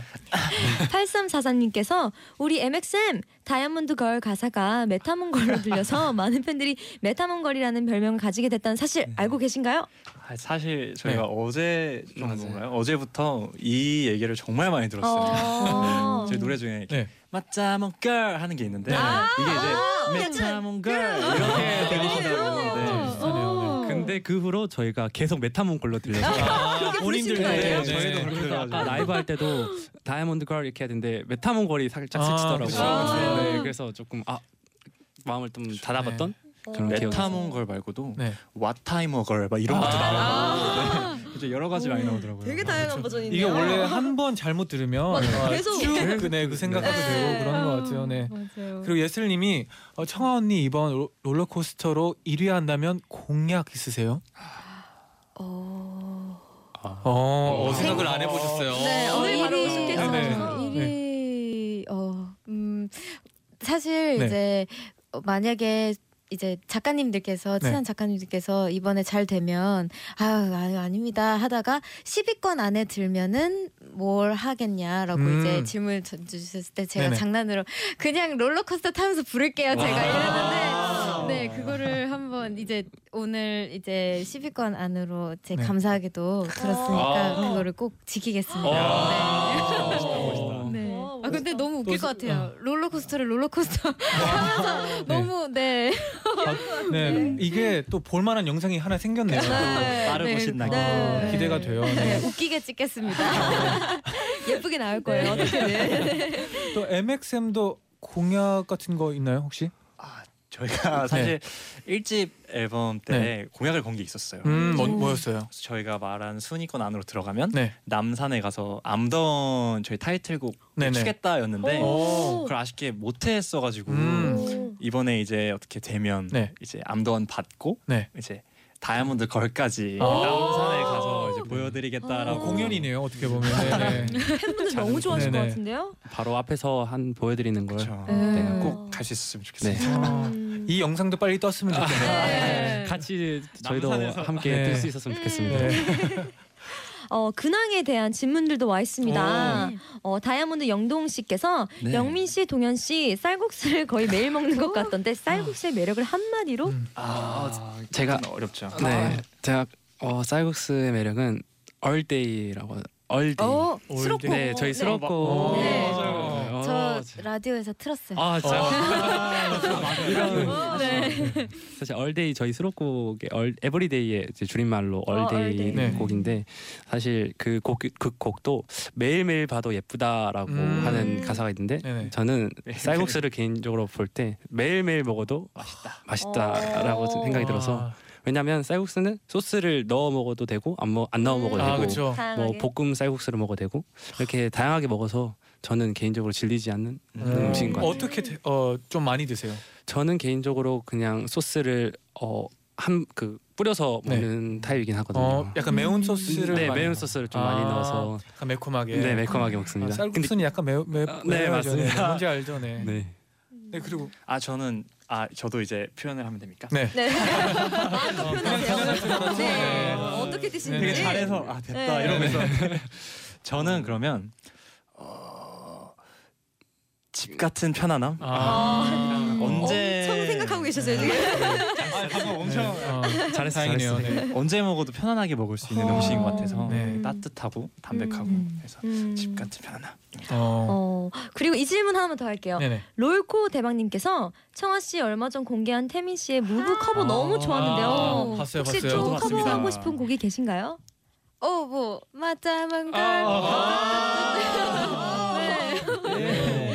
Speaker 4: 8344님께서 우리 MXM 다이아몬드 걸 가사가 메타몽걸로 들려서 많은 팬들이 메타몽걸이라는 별명을 가지게 됐다는 사실 알고 계신가요?
Speaker 7: 아, 사실 저희가
Speaker 2: 네.
Speaker 7: 어제
Speaker 3: 맞아요.
Speaker 7: 정도인가요? 어제부터 이 얘기를 정말 많이 들었어요.
Speaker 4: 어.
Speaker 7: 저희 노래 중에 이렇게
Speaker 2: 네.
Speaker 7: 맞자몽 걸 하는 게 있는데 네.
Speaker 2: 아,
Speaker 7: 이게 이제 맞자몽 걸 이렇게 들리시다고 네.
Speaker 4: 어.
Speaker 2: 비슷하네요.
Speaker 3: 근데 그 후로 저희가 계속 메타몽골로 들려서
Speaker 2: 아, 본인들도
Speaker 7: 거예요? 저희도
Speaker 2: 네.
Speaker 7: 그렇게
Speaker 3: 그래서 아까
Speaker 7: 해가지고.
Speaker 3: 라이브 할 때도 다이아몬드 걸 이렇게 해야 되는데 메타몽골이 살짝
Speaker 2: 아,
Speaker 3: 스치더라고요.
Speaker 2: 그쵸,
Speaker 6: 그쵸.
Speaker 3: 네, 그래서 조금 아 마음을 좀 닫아봤던
Speaker 6: 어.
Speaker 3: 그런 기억이
Speaker 7: 메타몽 걸 말고도
Speaker 2: 네.
Speaker 7: 왓타이머 걸막 이런 것도 나와요. 네. 이제 여러 가지 많이 나오더라고요.
Speaker 8: 되게 다양한 버전이네요.
Speaker 1: 아.
Speaker 2: 이게 원래 한 번 잘못 들으면
Speaker 8: 맞아요.
Speaker 2: 아,
Speaker 8: 계속.
Speaker 2: 쭉 네, 그 생각하게
Speaker 8: 네.
Speaker 2: 되고 그런 것 같아요. 네. 그리고 예슬님이 어, 청아 언니 이번 로- 롤러코스터로 1위 한다면 공약 있으세요?
Speaker 4: 어...
Speaker 2: 어,
Speaker 3: 어,
Speaker 2: 생각을 안 해보셨어요.
Speaker 6: 네, 어,
Speaker 8: 오늘 바로
Speaker 6: 일이-
Speaker 8: 오셨겠어요.
Speaker 6: 네, 네.
Speaker 2: 네.
Speaker 6: 일이 어, 음, 사실
Speaker 2: 네.
Speaker 6: 이제 어, 만약에 이제 작가님들께서 친한
Speaker 2: 네.
Speaker 6: 작가님들께서 이번에 잘 되면 아유, 아유 아닙니다 하다가 10위권 안에 들면은 뭘 하겠냐라고
Speaker 2: 음.
Speaker 6: 이제 질문을 던져주셨을 때 제가
Speaker 2: 네네.
Speaker 6: 장난으로 그냥 롤러코스터 타면서 부를게요 제가
Speaker 2: 와.
Speaker 6: 이랬는데 네 그거를 한번 이제 오늘 이제 10위권 안으로 제
Speaker 2: 네. 아.
Speaker 6: 감사하게도 들었으니까 그거를 꼭 지키겠습니다.
Speaker 3: 어.
Speaker 2: 멋있다.
Speaker 6: 네. 네.
Speaker 8: 와,
Speaker 6: 아 근데
Speaker 8: 멋있다.
Speaker 6: 너무 웃길
Speaker 2: 또
Speaker 6: 것 같아요. 롤러코스터를 롤러코스터 하면서 너무 네.
Speaker 2: 네, 이게 또 볼만한 영상이 하나 생겼네요.
Speaker 7: 따르보신
Speaker 6: 네.
Speaker 7: 낙이.
Speaker 2: 아,
Speaker 6: 네.
Speaker 2: 기대가 돼요. 네.
Speaker 6: 네, 웃기게 찍겠습니다. 예쁘게 나올
Speaker 2: 네.
Speaker 6: 거예요.
Speaker 2: 또 MXM도 공약 같은 거 있나요 혹시?
Speaker 7: 아, 저희가 사실 일 1집 앨범 때
Speaker 2: 네.
Speaker 7: 공약을 건 게 있었어요.
Speaker 2: 음, 뭐, 뭐였어요?
Speaker 7: 그래서 저희가 말한 순위권 안으로 들어가면
Speaker 2: 네.
Speaker 7: 남산에 가서 암던 저희 타이틀곡
Speaker 2: 네네.
Speaker 7: 추겠다였는데
Speaker 2: 오.
Speaker 7: 그걸 아쉽게 못해 했어가지고
Speaker 2: 음.
Speaker 7: 이번에 이제 어떻게 되면
Speaker 2: 네.
Speaker 7: 이제 암던 받고
Speaker 2: 네.
Speaker 7: 이제 다이아몬드 걸까지
Speaker 2: 아.
Speaker 7: 남산에 가서 이제 보여드리겠다라고
Speaker 2: 공연이네요 어떻게 보면. 네, 네.
Speaker 4: 팬분들 너무 좋아하실
Speaker 2: 네네.
Speaker 4: 것 같은데요?
Speaker 3: 바로 앞에서 한 보여드리는 걸
Speaker 7: 그렇죠.
Speaker 6: 네.
Speaker 7: 꼭 갈 수 있었으면 좋겠어요.
Speaker 3: 네.
Speaker 2: 어, 이 영상도 빨리 떴으면 좋겠네요.
Speaker 6: 네.
Speaker 3: 같이 저희도
Speaker 7: 남산에서.
Speaker 3: 함께
Speaker 2: 네.
Speaker 3: 들 수 있었으면 좋겠습니다.
Speaker 7: 음.
Speaker 2: 네.
Speaker 4: 어, 근황에 대한 질문들도 와 있습니다.
Speaker 6: 오.
Speaker 4: 어, 다이아몬드 영동 씨께서
Speaker 7: 네.
Speaker 4: 영민 씨, 동현 씨 쌀국수를 거의 매일 먹는 것 같던데 쌀국수의 매력을 한마디로?
Speaker 2: 음.
Speaker 7: 아,
Speaker 3: 제가
Speaker 7: 어렵죠.
Speaker 3: 네, 제가 어, 쌀국수의 매력은 얼데이라고 얼데이.
Speaker 6: 어,
Speaker 2: 수록곡.
Speaker 3: 네, 저희 수록곡.
Speaker 6: 네.
Speaker 3: 어,
Speaker 6: 저
Speaker 3: 제-
Speaker 6: 라디오에서 틀었어요.
Speaker 3: 아, 진짜.
Speaker 6: 어, 네.
Speaker 3: 아, 사실 얼데이 저희 수록곡의 얼 에브리데이의 이제 줄임말로 얼데이
Speaker 4: 얼데이.
Speaker 2: 네.
Speaker 3: 곡인데 사실 그 곡 그 곡도 매일매일 봐도 예쁘다라고
Speaker 2: 음.
Speaker 3: 하는 가사가 있는데
Speaker 2: 네네.
Speaker 3: 저는 쌀국수를 개인적으로 볼 때 매일매일 먹어도 아, 맛있다. 맛있다라고
Speaker 4: 어.
Speaker 3: 생각이
Speaker 2: 아.
Speaker 3: 들어서 왜냐면 쌀국수는 소스를 넣어 먹어도 되고 안, 먹, 안 넣어 먹어도
Speaker 2: 아
Speaker 3: 되고
Speaker 2: 그렇죠.
Speaker 4: 다양하게.
Speaker 3: 뭐 볶음 쌀국수를 먹어도 되고 이렇게 다양하게 먹어서 저는 개인적으로 질리지 않는 그런 음식인 것 같아요.
Speaker 2: 어떻게 드- 어, 좀 많이 드세요?
Speaker 3: 저는 개인적으로 그냥 소스를 어, 어한그 뿌려서
Speaker 2: 네.
Speaker 3: 먹는 타입이긴 하거든요.
Speaker 2: 어, 약간 매운 소스를
Speaker 3: 네
Speaker 2: 많이
Speaker 3: 매운
Speaker 2: 넣어요?
Speaker 3: 소스를 좀
Speaker 2: 아,
Speaker 3: 많이 넣어서
Speaker 2: 약간 매콤하게.
Speaker 3: 네 매콤하게
Speaker 2: 아,
Speaker 3: 먹습니다.
Speaker 2: 쌀국수는 약간 매우 매.
Speaker 3: 아, 네,
Speaker 2: 매워야죠.
Speaker 3: 맞습니다.
Speaker 2: 네, 뭔지 알죠, 네. 네.
Speaker 3: 근데, 네.
Speaker 2: 그리고
Speaker 7: 아 저는 아 저도 이제 표현을 하면 됩니까?
Speaker 2: 네.
Speaker 8: 네.
Speaker 2: 어, 그냥 생각하시는 거라서.
Speaker 8: 네.
Speaker 2: 네.
Speaker 8: 어떻게 드시는지.
Speaker 7: 되게 잘해서 아 됐다
Speaker 8: 네.
Speaker 7: 이러면서 저는 그러면 어, 집 같은 편안함
Speaker 2: 아.
Speaker 7: 언제
Speaker 8: 엄청 생각하고 계셨어요 지금.
Speaker 7: 아, 방금 엄청
Speaker 2: 어,
Speaker 3: 잘했어,
Speaker 2: 다행이네요.
Speaker 3: 잘했어.
Speaker 2: 네.
Speaker 7: 언제 먹어도 편안하게 먹을 수 있는
Speaker 4: 어.
Speaker 7: 음식인 것 같아서
Speaker 2: 네.
Speaker 7: 따뜻하고 담백하고
Speaker 4: 음.
Speaker 7: 그래서
Speaker 4: 음.
Speaker 7: 집 같은 편안함
Speaker 2: 어.
Speaker 4: 어, 그리고 이 질문 하나만 더 할게요.
Speaker 2: 네네.
Speaker 4: 롤코 대박님께서 청아 씨 얼마 전 공개한 태민 씨의 무브 커버 너무 좋았는데요.
Speaker 2: 아, 봤어요, 봤어요.
Speaker 4: 혹시 또
Speaker 7: 저도 봤습니다.
Speaker 4: 커버하고 싶은 곡이 계신가요?
Speaker 6: 어, 뭐 맞다
Speaker 2: 아.
Speaker 6: 뭔가. 네.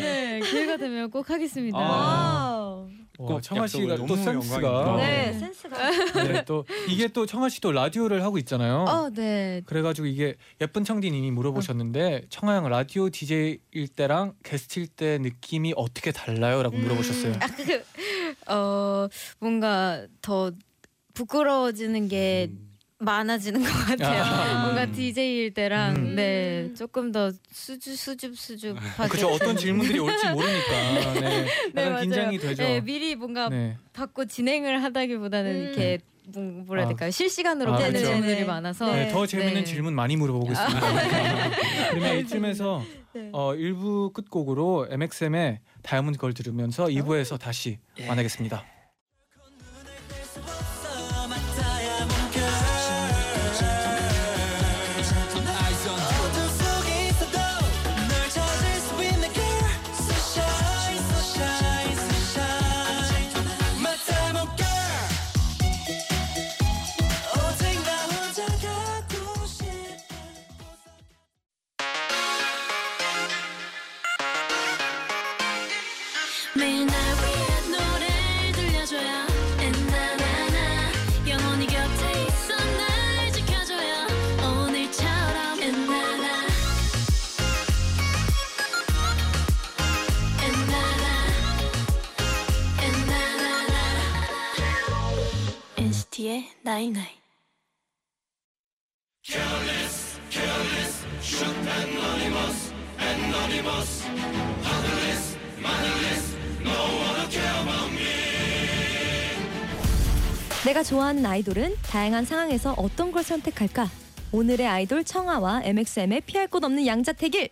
Speaker 6: 네, 기회가 되면 꼭 하겠습니다.
Speaker 2: 아.
Speaker 4: 와우.
Speaker 2: 와, 청아 씨가
Speaker 7: 약속은
Speaker 2: 또
Speaker 7: 너무
Speaker 2: 센스가
Speaker 7: 영광입니다.
Speaker 4: 네,
Speaker 2: 아.
Speaker 4: 센스가.
Speaker 2: 네, 또 이게 또 청아 씨도 라디오를 하고 있잖아요.
Speaker 6: 어, 네.
Speaker 2: 그래가지고 이게 예쁜 청디님이 물어보셨는데 청아 양 라디오 DJ일 때랑 게스트일 때 느낌이 어떻게 달라요?라고 물어보셨어요.
Speaker 6: 음, 아, 그, 어, 뭔가 더 부끄러워지는 게 많아지는 것 같아요.
Speaker 2: 음. 아.
Speaker 6: 뭔가 DJ일 때랑
Speaker 2: 음.
Speaker 6: 네 조금 더 수줍 수줍 수줍.
Speaker 2: 그렇죠. 어떤 질문들이 올지 모르니까 네.
Speaker 6: 네,
Speaker 2: 약간
Speaker 6: 맞아요.
Speaker 2: 긴장이 되죠.
Speaker 6: 네 미리 뭔가
Speaker 2: 네.
Speaker 6: 받고 진행을 하다기보다는
Speaker 8: 음.
Speaker 6: 이렇게 뭐- 뭐라 해야
Speaker 2: 아.
Speaker 6: 될까요? 실시간으로
Speaker 2: 아,
Speaker 6: 받는
Speaker 2: 그렇죠.
Speaker 6: 질문들이
Speaker 8: 네네.
Speaker 6: 많아서
Speaker 2: 네,
Speaker 8: 네.
Speaker 2: 더 재밌는
Speaker 6: 네.
Speaker 2: 질문 많이 물어보고 있습니다. 그러면 이쯤에서
Speaker 8: 네.
Speaker 2: 어, 1부 끝곡으로 MXM의 다이아몬드 걸 들으면서 2부에서 다시
Speaker 6: 예.
Speaker 2: 만나겠습니다.
Speaker 1: 어둠 속에 있어도 널 찾을 수 있는 girl Sunshine, sunshine, sunshine My diamond girl 오직 나 혼자 갖고 싶어
Speaker 9: 매일 날 위한 노래를 들려줘요 엔나나나 영원히 곁에 있어 날 지켜줘요 오늘처럼 엔나나 엔나나 엔나나나 NCT의 나이나이
Speaker 4: 내가 좋아하는 아이돌은 다양한 상황에서 어떤 걸 선택할까? 오늘의 아이돌 청아와 MXM의 피할 곳 없는 양자택일.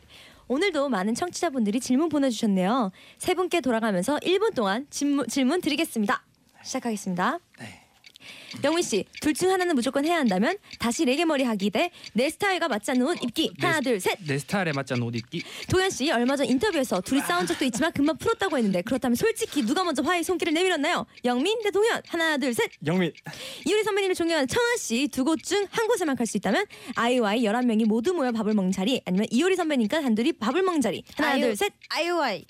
Speaker 4: 오늘도 많은 청취자분들이 질문 보내주셨네요. 세 분께 돌아가면서 1분 동안 질문, 질문 드리겠습니다. 시작하겠습니다. 영민 씨, 둘 중 하나는 무조건 해야 한다면 다시 레게 머리 하기 대 내 스타일과 맞지 않는 옷 입기. 하나, 둘, 셋.
Speaker 3: 내 스타일에 맞지 않는 옷 입기.
Speaker 4: 도현 씨 얼마 전 인터뷰에서 둘이 싸운 적도 있지만 금방 풀었다고 했는데 그렇다면 솔직히 누가 먼저 화해 손길을 내밀었나요? 영민 대 도현 하나 둘 셋
Speaker 7: 영민
Speaker 4: 이효리 선배님을 존경하는 청아 씨 두 곳 중 한 곳에만 갈 수 있다면 아이와이 11명이 모두 모여 밥을 먹는 자리 아니면 이효리 선배님과 단둘이 밥을 먹는 자리 하나
Speaker 6: 아이오-
Speaker 4: 둘 셋
Speaker 6: 아이오아이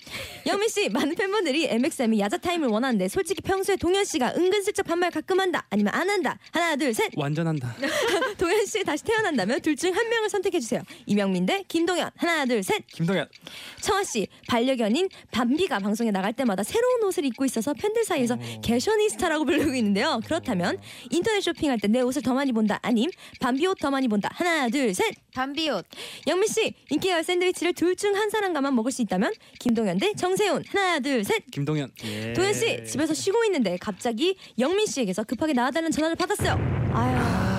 Speaker 4: 영민 씨 많은 팬분들이 MXM이 야자 타임을 원하는데 솔직히 평소에 동현 씨가 은근슬쩍 반말 가끔 한다 아니면 안 한다 하나 둘 셋
Speaker 3: 완전한다.
Speaker 4: 동현 씨 다시 태어난다면 둘 중 한 명을 선택해 주세요 이명민 대 김동현 하나 둘 셋
Speaker 7: 김동현
Speaker 4: 청아 씨 반려견인 밤비가 방송에 나갈 때마다 새로운 옷을 입고 있어서 어. 팬들 사이에서 개셔니스타라고 부르고 있는데요. 그렇다면 인터넷 쇼핑할 때 내 옷을 더 많이 본다 아님 밤비 옷 더 많이 본다 하나 둘 셋.
Speaker 6: 담비옷
Speaker 4: 영민 씨 인기가요 샌드위치를 둘 중 한 사람과만 먹을 수 있다면 김동현 대 정세훈 하나 둘 셋.
Speaker 3: 김동현.
Speaker 4: 도현 씨 집에서 쉬고 있는데 갑자기 영민 씨에게서 급하게 나와달라는 전화를 받았어요. 아유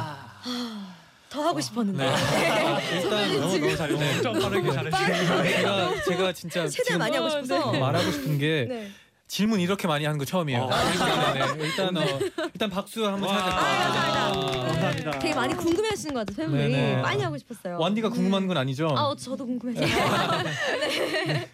Speaker 4: 아.
Speaker 8: 더 하고 싶었는데.
Speaker 4: 네.
Speaker 2: 일단 너무 너무 잘했네. 좀 빠르게 잘했어요. 제가 제가 진짜
Speaker 4: 최대한 많이 하고 싶어서.
Speaker 2: 지금 말하고 싶은 게
Speaker 8: 네.
Speaker 2: 질문 이렇게 많이 하는 거 처음이에요.
Speaker 3: 아,
Speaker 2: 네, 네. 일단 어, 일단 박수 한번 아, 쳐야 될것
Speaker 7: 감사합니다.
Speaker 4: 되게 많이 궁금해하시는 것 같아요 팬분들이
Speaker 2: 네네.
Speaker 4: 많이 하고 싶었어요.
Speaker 2: 완디가 궁금한 건 아니죠?
Speaker 4: 아, 어, 저도 궁금해서. 네.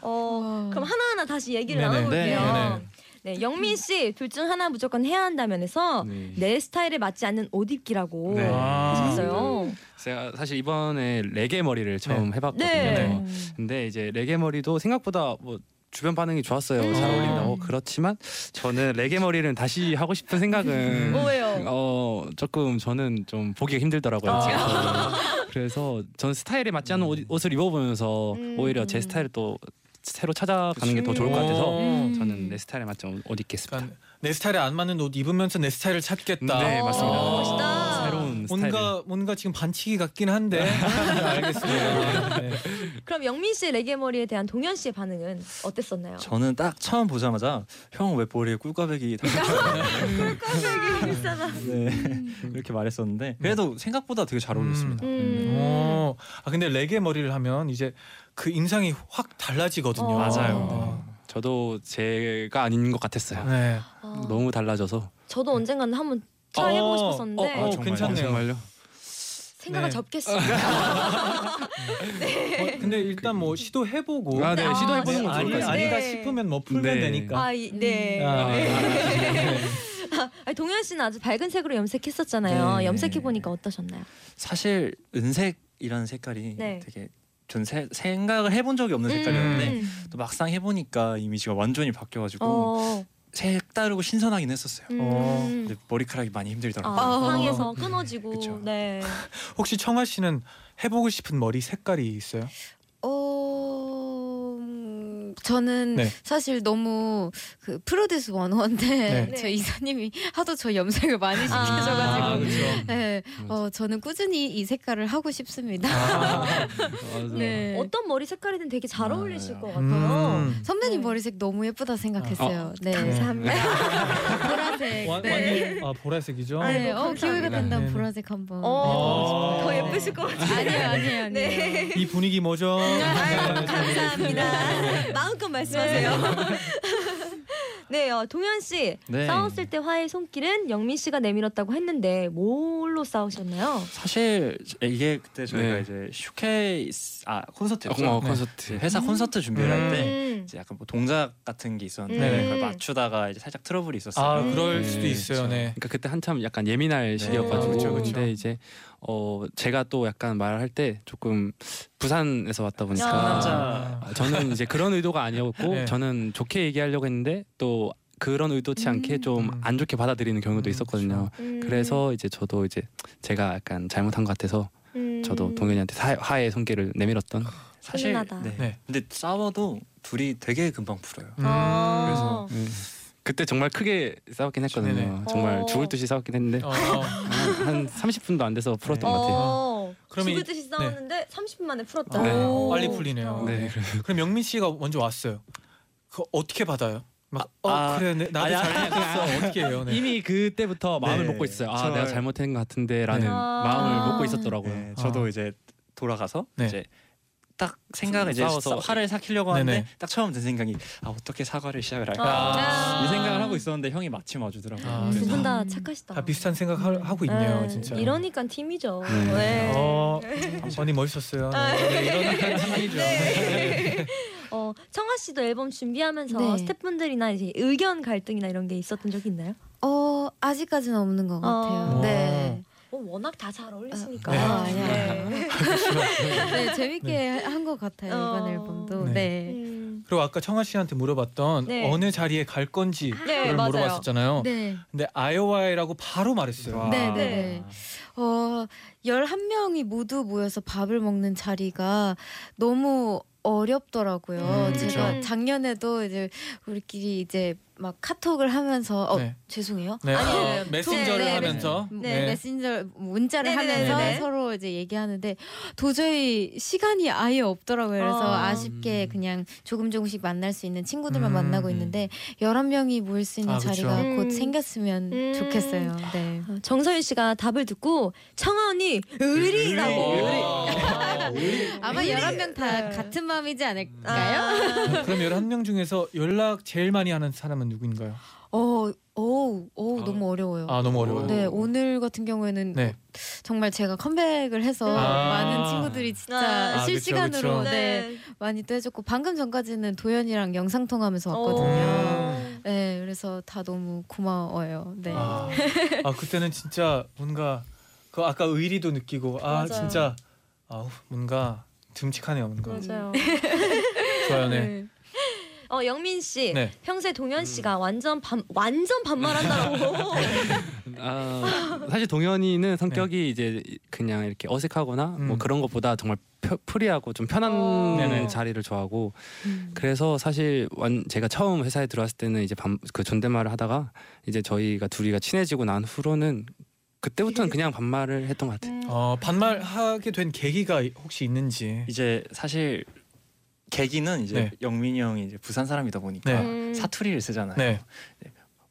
Speaker 4: 어, 그럼 하나하나 다시 얘기를
Speaker 2: 네네.
Speaker 4: 나눠볼게요.
Speaker 2: 네네.
Speaker 4: 네, 영민 씨 둘 중 하나 무조건 해야 한다면서
Speaker 3: 네.
Speaker 4: 내 스타일에 맞지 않는 옷 입기라고
Speaker 7: 네.
Speaker 2: 아.
Speaker 4: 하셨어요.
Speaker 3: 제가 사실 이번에 레게 머리를 처음 해봤거든요.
Speaker 4: 네.
Speaker 3: 근데 이제 레게 머리도 생각보다 뭐 주변 반응이 좋았어요. 잘 어울린다고. 그렇지만 저는 레게 머리를 다시 하고 싶은
Speaker 2: 음.
Speaker 3: 생각은
Speaker 4: 어,
Speaker 2: 아.
Speaker 8: 왜요?
Speaker 3: 어 조금 저는 좀 보기가 힘들더라고요. 지금. 그래서 저는 스타일에 맞지 않는
Speaker 2: 음.
Speaker 3: 옷, 옷을 입어보면서 오히려 제 스타일을 또 새로 찾아가는 게 더뭐 좋을 것 같아서
Speaker 2: 음.
Speaker 3: 저는 내 스타일에 맞지 옷 입겠습니다.
Speaker 2: 약간 내 스타일에 안 맞는 옷 입으면서 내 스타일을 찾겠다.
Speaker 3: 네 맞습니다.
Speaker 2: 어,
Speaker 4: 멋있다.
Speaker 3: 새로운 스타일.
Speaker 2: 뭔가 뭔가 지금 반칙이 같긴 한데 네, 알겠습니다. 네.
Speaker 4: 그럼 영민 씨의 레게 머리에 대한 동현 씨의 반응은 어땠었나요?
Speaker 7: 저는 딱 처음 보자마자 형 왜 머리에 꿀꽈배기 네
Speaker 8: 음.
Speaker 7: 이렇게 말했었는데 그래도 생각보다 되게 잘 어울렸습니다.
Speaker 4: 음.
Speaker 2: 오, 아 근데 레게 머리를 하면 이제 그 인상이 확 달라지거든요.
Speaker 4: 어.
Speaker 3: 맞아요. 저도 제가 아닌 것 같았어요.
Speaker 2: 네.
Speaker 4: 아,
Speaker 3: 너무 달라져서.
Speaker 4: 저도 언젠가는 한번 트라이
Speaker 2: 어,
Speaker 4: 해보고 싶었었는데
Speaker 2: 어, 어, 괜찮네요.
Speaker 3: 정말요?
Speaker 4: 생각을
Speaker 2: 네.
Speaker 4: 접겠습니다.
Speaker 2: 어, 근데 일단 뭐 시도해보고
Speaker 3: 아, 네,
Speaker 4: 아,
Speaker 3: 시도해보는 거 좋을 것
Speaker 2: 아니
Speaker 3: 같습니다.
Speaker 2: 아니다
Speaker 8: 네.
Speaker 2: 싶으면 뭐 풀면
Speaker 3: 네.
Speaker 2: 되니까.
Speaker 4: 아, 이, 네.
Speaker 2: 아, 네.
Speaker 4: 아니, 동현 씨는 아주 밝은 색으로 염색했었잖아요.
Speaker 7: 네.
Speaker 4: 염색해 보니까 어떠셨나요?
Speaker 7: 사실 은색이라는 색깔이
Speaker 4: 네.
Speaker 7: 되게 전 세- 생각을 해본 적이 없는 색깔이었는데
Speaker 4: 음.
Speaker 7: 또 막상 해보니까 이미지가 완전히 바뀌어가지고
Speaker 4: 어.
Speaker 7: 색다르고 신선하긴 했었어요.
Speaker 2: 어.
Speaker 4: 음.
Speaker 7: 근데 머리카락이 많이
Speaker 4: 아,
Speaker 7: 힘들더라고요.
Speaker 4: 상에서 끊어지고
Speaker 7: 그쵸.
Speaker 4: 네.
Speaker 2: 혹시 청아 씨는 해보고 싶은 머리 색깔이 있어요?
Speaker 6: 어 음, 저는
Speaker 2: 네.
Speaker 6: 사실 너무 그 프로듀스 101데
Speaker 2: 네.
Speaker 6: 저 이사님이 하도 저 염색을 많이
Speaker 2: 아,
Speaker 6: 시켜줘가지고
Speaker 2: 그렇죠.
Speaker 6: 네, 어, 저는 꾸준히 이 색깔을 하고 싶습니다.
Speaker 3: 맞아.
Speaker 6: 네.
Speaker 4: 어떤 머리 색깔이든 되게
Speaker 3: 아,
Speaker 4: 잘 어울리실 것
Speaker 3: 네.
Speaker 4: 같아요.
Speaker 2: 음.
Speaker 6: 선배님
Speaker 4: 네.
Speaker 6: 머리색 너무 예쁘다 생각했어요. 네.
Speaker 4: 감사합니다.
Speaker 6: 보라색.
Speaker 2: 완,
Speaker 6: 네.
Speaker 2: 완전 아, 보라색이죠.
Speaker 6: 네, 어, 기회가 된다면
Speaker 2: 네.
Speaker 6: 보라색 한번.
Speaker 4: 어,
Speaker 2: 네.
Speaker 4: 더 예쁘실 것 같아요.
Speaker 6: 아니에요, 아니에요, 아니에요.
Speaker 4: 네.
Speaker 2: 이 분위기 뭐죠? 네.
Speaker 4: 아유, 감사합니다. 마음껏 말씀하세요. 네, 어, 동현 씨
Speaker 3: 네.
Speaker 4: 싸웠을 때 화해 손길은 영민 씨가 내밀었다고 했는데 뭘로 싸우셨나요?
Speaker 7: 사실 이게 그때 저희가
Speaker 3: 네.
Speaker 7: 이제 슈케이스 아 콘서트였죠.
Speaker 3: 어,
Speaker 2: 네.
Speaker 3: 콘서트.
Speaker 7: 그 회사 콘서트 준비를 할 때
Speaker 4: 음.
Speaker 7: 이제 약간 뭐 동작 같은 게 있었는데
Speaker 2: 네.
Speaker 3: 음.
Speaker 7: 그걸 맞추다가 이제 살짝 트러블이 있었어요.
Speaker 2: 아,
Speaker 4: 음.
Speaker 2: 그럴 수도 있어요. 네.
Speaker 3: 그러니까 그때 한참 약간 예민할 시기여가지고
Speaker 2: 그쵸, 그쵸.
Speaker 3: 근데 이제 어 제가 또 약간 말할 때 조금 부산에서 왔다 보니까
Speaker 7: 남자.
Speaker 3: 아, 저는 이제 그런 의도가 아니었고
Speaker 2: 네.
Speaker 3: 저는 좋게 얘기하려고 했는데 또 그런 의도치 않게 좀
Speaker 2: 음.
Speaker 3: 안 좋게 받아들이는 경우도
Speaker 2: 음,
Speaker 3: 있었거든요.
Speaker 4: 음.
Speaker 3: 그래서 이제 저도 이제 제가 약간 잘못한 것 같아서
Speaker 4: 음. 어.
Speaker 3: 저도 동현이한테 사- 화해의 손길을 내밀었던
Speaker 7: 사실
Speaker 4: 훈훈하다.
Speaker 7: 네.
Speaker 2: 네.
Speaker 7: 근데 싸워도 둘이 되게 금방 풀어요.
Speaker 2: 음.
Speaker 4: 아.
Speaker 7: 그래서
Speaker 3: 그때 정말 크게 싸웠긴 했거든요.
Speaker 2: 네네.
Speaker 3: 정말
Speaker 4: 어.
Speaker 3: 죽을 듯이 싸웠긴 했는데
Speaker 2: 어, 어.
Speaker 3: 한, 한 30분도 안 돼서 풀었던
Speaker 2: 네.
Speaker 3: 것 같아요.
Speaker 4: 어,
Speaker 2: 그러면 이- 네. 어,
Speaker 4: 죽을 듯이 싸웠는데 30분 만에 풀었다.
Speaker 3: 네.
Speaker 4: 오.
Speaker 2: 빨리 풀리네요.
Speaker 4: 네.
Speaker 3: 네, 그래서
Speaker 2: 그럼 영민 씨가 먼저 왔어요. 그 어떻게 받아요? 막 어,
Speaker 7: 아,
Speaker 2: 그래. 내- 나도
Speaker 7: 아니,
Speaker 2: 잘못했어. 어떻게 해요? 네.
Speaker 3: 이미 그때부터 마음을
Speaker 7: 네.
Speaker 3: 먹고 있어요. 아,
Speaker 7: 저를-
Speaker 3: 내가 잘못한 것 같은데라는
Speaker 2: 네.
Speaker 3: 마음을
Speaker 6: 아.
Speaker 3: 먹고 있었더라고요.
Speaker 7: 네, 저도
Speaker 3: 아.
Speaker 7: 이제 돌아가서
Speaker 2: 네.
Speaker 7: 이제 딱 생각을 이제
Speaker 3: 싸워서.
Speaker 7: 싸- 화를 삭히려고
Speaker 2: 네네.
Speaker 7: 하는데 딱 처음 든 생각이 아 어떻게 사과를 시작을 할까
Speaker 4: 아.
Speaker 7: 이 생각을 하고 있었는데 형이 마침 와주더라고요.
Speaker 2: 아,
Speaker 4: 두
Speaker 2: 그래서-
Speaker 4: 분 다 착하시다.
Speaker 2: 다 비슷한 생각 하- 하고 있네요,
Speaker 4: 네,
Speaker 2: 진짜.
Speaker 4: 이러니까 팀이죠.
Speaker 3: 네.
Speaker 4: 네. 아, 네.
Speaker 2: 어, 많이 멋있었어요. 네, 이러니까 팀이죠. 네,
Speaker 4: 어, 청아 씨도 앨범 준비하면서
Speaker 6: 네.
Speaker 4: 스태프분들이나 이제 의견 갈등이나 이런 게 있었던 적 있나요?
Speaker 6: 어, 아직까지는 없는 것 같아요.
Speaker 2: 어.
Speaker 6: 네.
Speaker 4: 어, 워낙 다 잘 어울리시니까.
Speaker 6: 네. 아, 아니야.
Speaker 4: 네.
Speaker 2: 그렇죠.
Speaker 6: 네, 재밌게 한 것 같아요, 이번
Speaker 4: 어.
Speaker 6: 앨범도.
Speaker 2: 네.
Speaker 6: 네.
Speaker 4: 음.
Speaker 2: 그리고 아까 청아 씨한테 물어봤던
Speaker 4: 네.
Speaker 2: 어느 자리에 갈 건지를
Speaker 4: 네, 맞아요.
Speaker 2: 물어봤었잖아요.
Speaker 6: 네.
Speaker 2: 근데 아이오와이라고 바로 말했어요.
Speaker 6: 네,
Speaker 7: 아.
Speaker 6: 네, 네. 어, 11명이 모두 모여서 밥을 먹는 자리가 너무 어렵더라고요.
Speaker 2: 음,
Speaker 6: 제가
Speaker 4: 그쵸.
Speaker 6: 작년에도 이제 우리끼리 이제 막 카톡을 하면서 어,
Speaker 2: 네.
Speaker 6: 죄송해요.
Speaker 2: 네,
Speaker 4: 아니,
Speaker 2: 어,
Speaker 4: 네,
Speaker 2: 메신저를
Speaker 6: 네,
Speaker 2: 하면서
Speaker 6: 네, 메신저 문자를
Speaker 4: 네네네네.
Speaker 6: 하면서 서로 이제 얘기하는데 도저히 시간이 아예 없더라고요. 그래서
Speaker 4: 어.
Speaker 6: 아쉽게 그냥 조금 조금씩 만날 수 있는 친구들만
Speaker 2: 음.
Speaker 6: 만나고 있는데 11명이 모일 수 있는
Speaker 2: 아, 그쵸.
Speaker 6: 자리가
Speaker 4: 음.
Speaker 6: 곧 생겼으면
Speaker 4: 음.
Speaker 6: 좋겠어요. 네.
Speaker 4: 어, 정서윤 씨가 답을 듣고 청아 언니 의리라고. 아, 네.
Speaker 6: 아마 11명 다 같은 음. 마음이지 않을까요?
Speaker 4: 아,
Speaker 2: 그럼 11명 중에서 연락 제일 많이 하는 사람은 누구인가요?
Speaker 6: 어, 어우, 어우, 너무 어려워요.
Speaker 2: 아, 너무 어려워요.
Speaker 6: 네, 오늘 같은 경우에는
Speaker 2: 네.
Speaker 6: 정말 제가 컴백을 해서
Speaker 2: 아.
Speaker 6: 많은 친구들이 진짜
Speaker 4: 아,
Speaker 2: 그쵸,
Speaker 6: 실시간으로
Speaker 2: 그쵸.
Speaker 6: 네,
Speaker 4: 네.
Speaker 6: 많이 또 해줬고 방금 전까지는 도현이랑 영상 통하면서
Speaker 4: 음.
Speaker 6: 왔거든요.
Speaker 4: 오.
Speaker 6: 네, 그래서 다 너무 고마워요. 네.
Speaker 2: 아, 아, 그때는 진짜 뭔가 그 아까 의리도 느끼고 아,
Speaker 4: 맞아요.
Speaker 2: 진짜 아우, 뭔가 듬직하네요, 뭔가.
Speaker 4: 맞아요.
Speaker 2: 좋아요. 네.
Speaker 4: 어 영민 씨
Speaker 2: 네.
Speaker 4: 평소에 동현 씨가 완전 반 완전 반말한다고.
Speaker 3: 아, 사실 동현이는 성격이 이제 그냥 이렇게 어색하거나
Speaker 2: 음.
Speaker 3: 뭐 그런 것보다 정말 펴, 프리하고 좀 편한
Speaker 4: 어. 음.
Speaker 2: 네네.
Speaker 3: 자리를 좋아하고 그래서 사실 완 제가 처음 회사에 들어왔을 때는 이제 밤, 그 존댓말을 하다가 이제 저희가 둘이가 친해지고 난 후로는 그때부터는 그냥 반말을 했던 것 같아요.
Speaker 2: 어, 반말하게 된 계기가 혹시 있는지.
Speaker 7: 이제 사실 계기는 이제
Speaker 2: 네.
Speaker 7: 영민이 형이 이제 부산 사람이다 보니까
Speaker 4: 네.
Speaker 7: 사투리를 쓰잖아요.
Speaker 2: 네.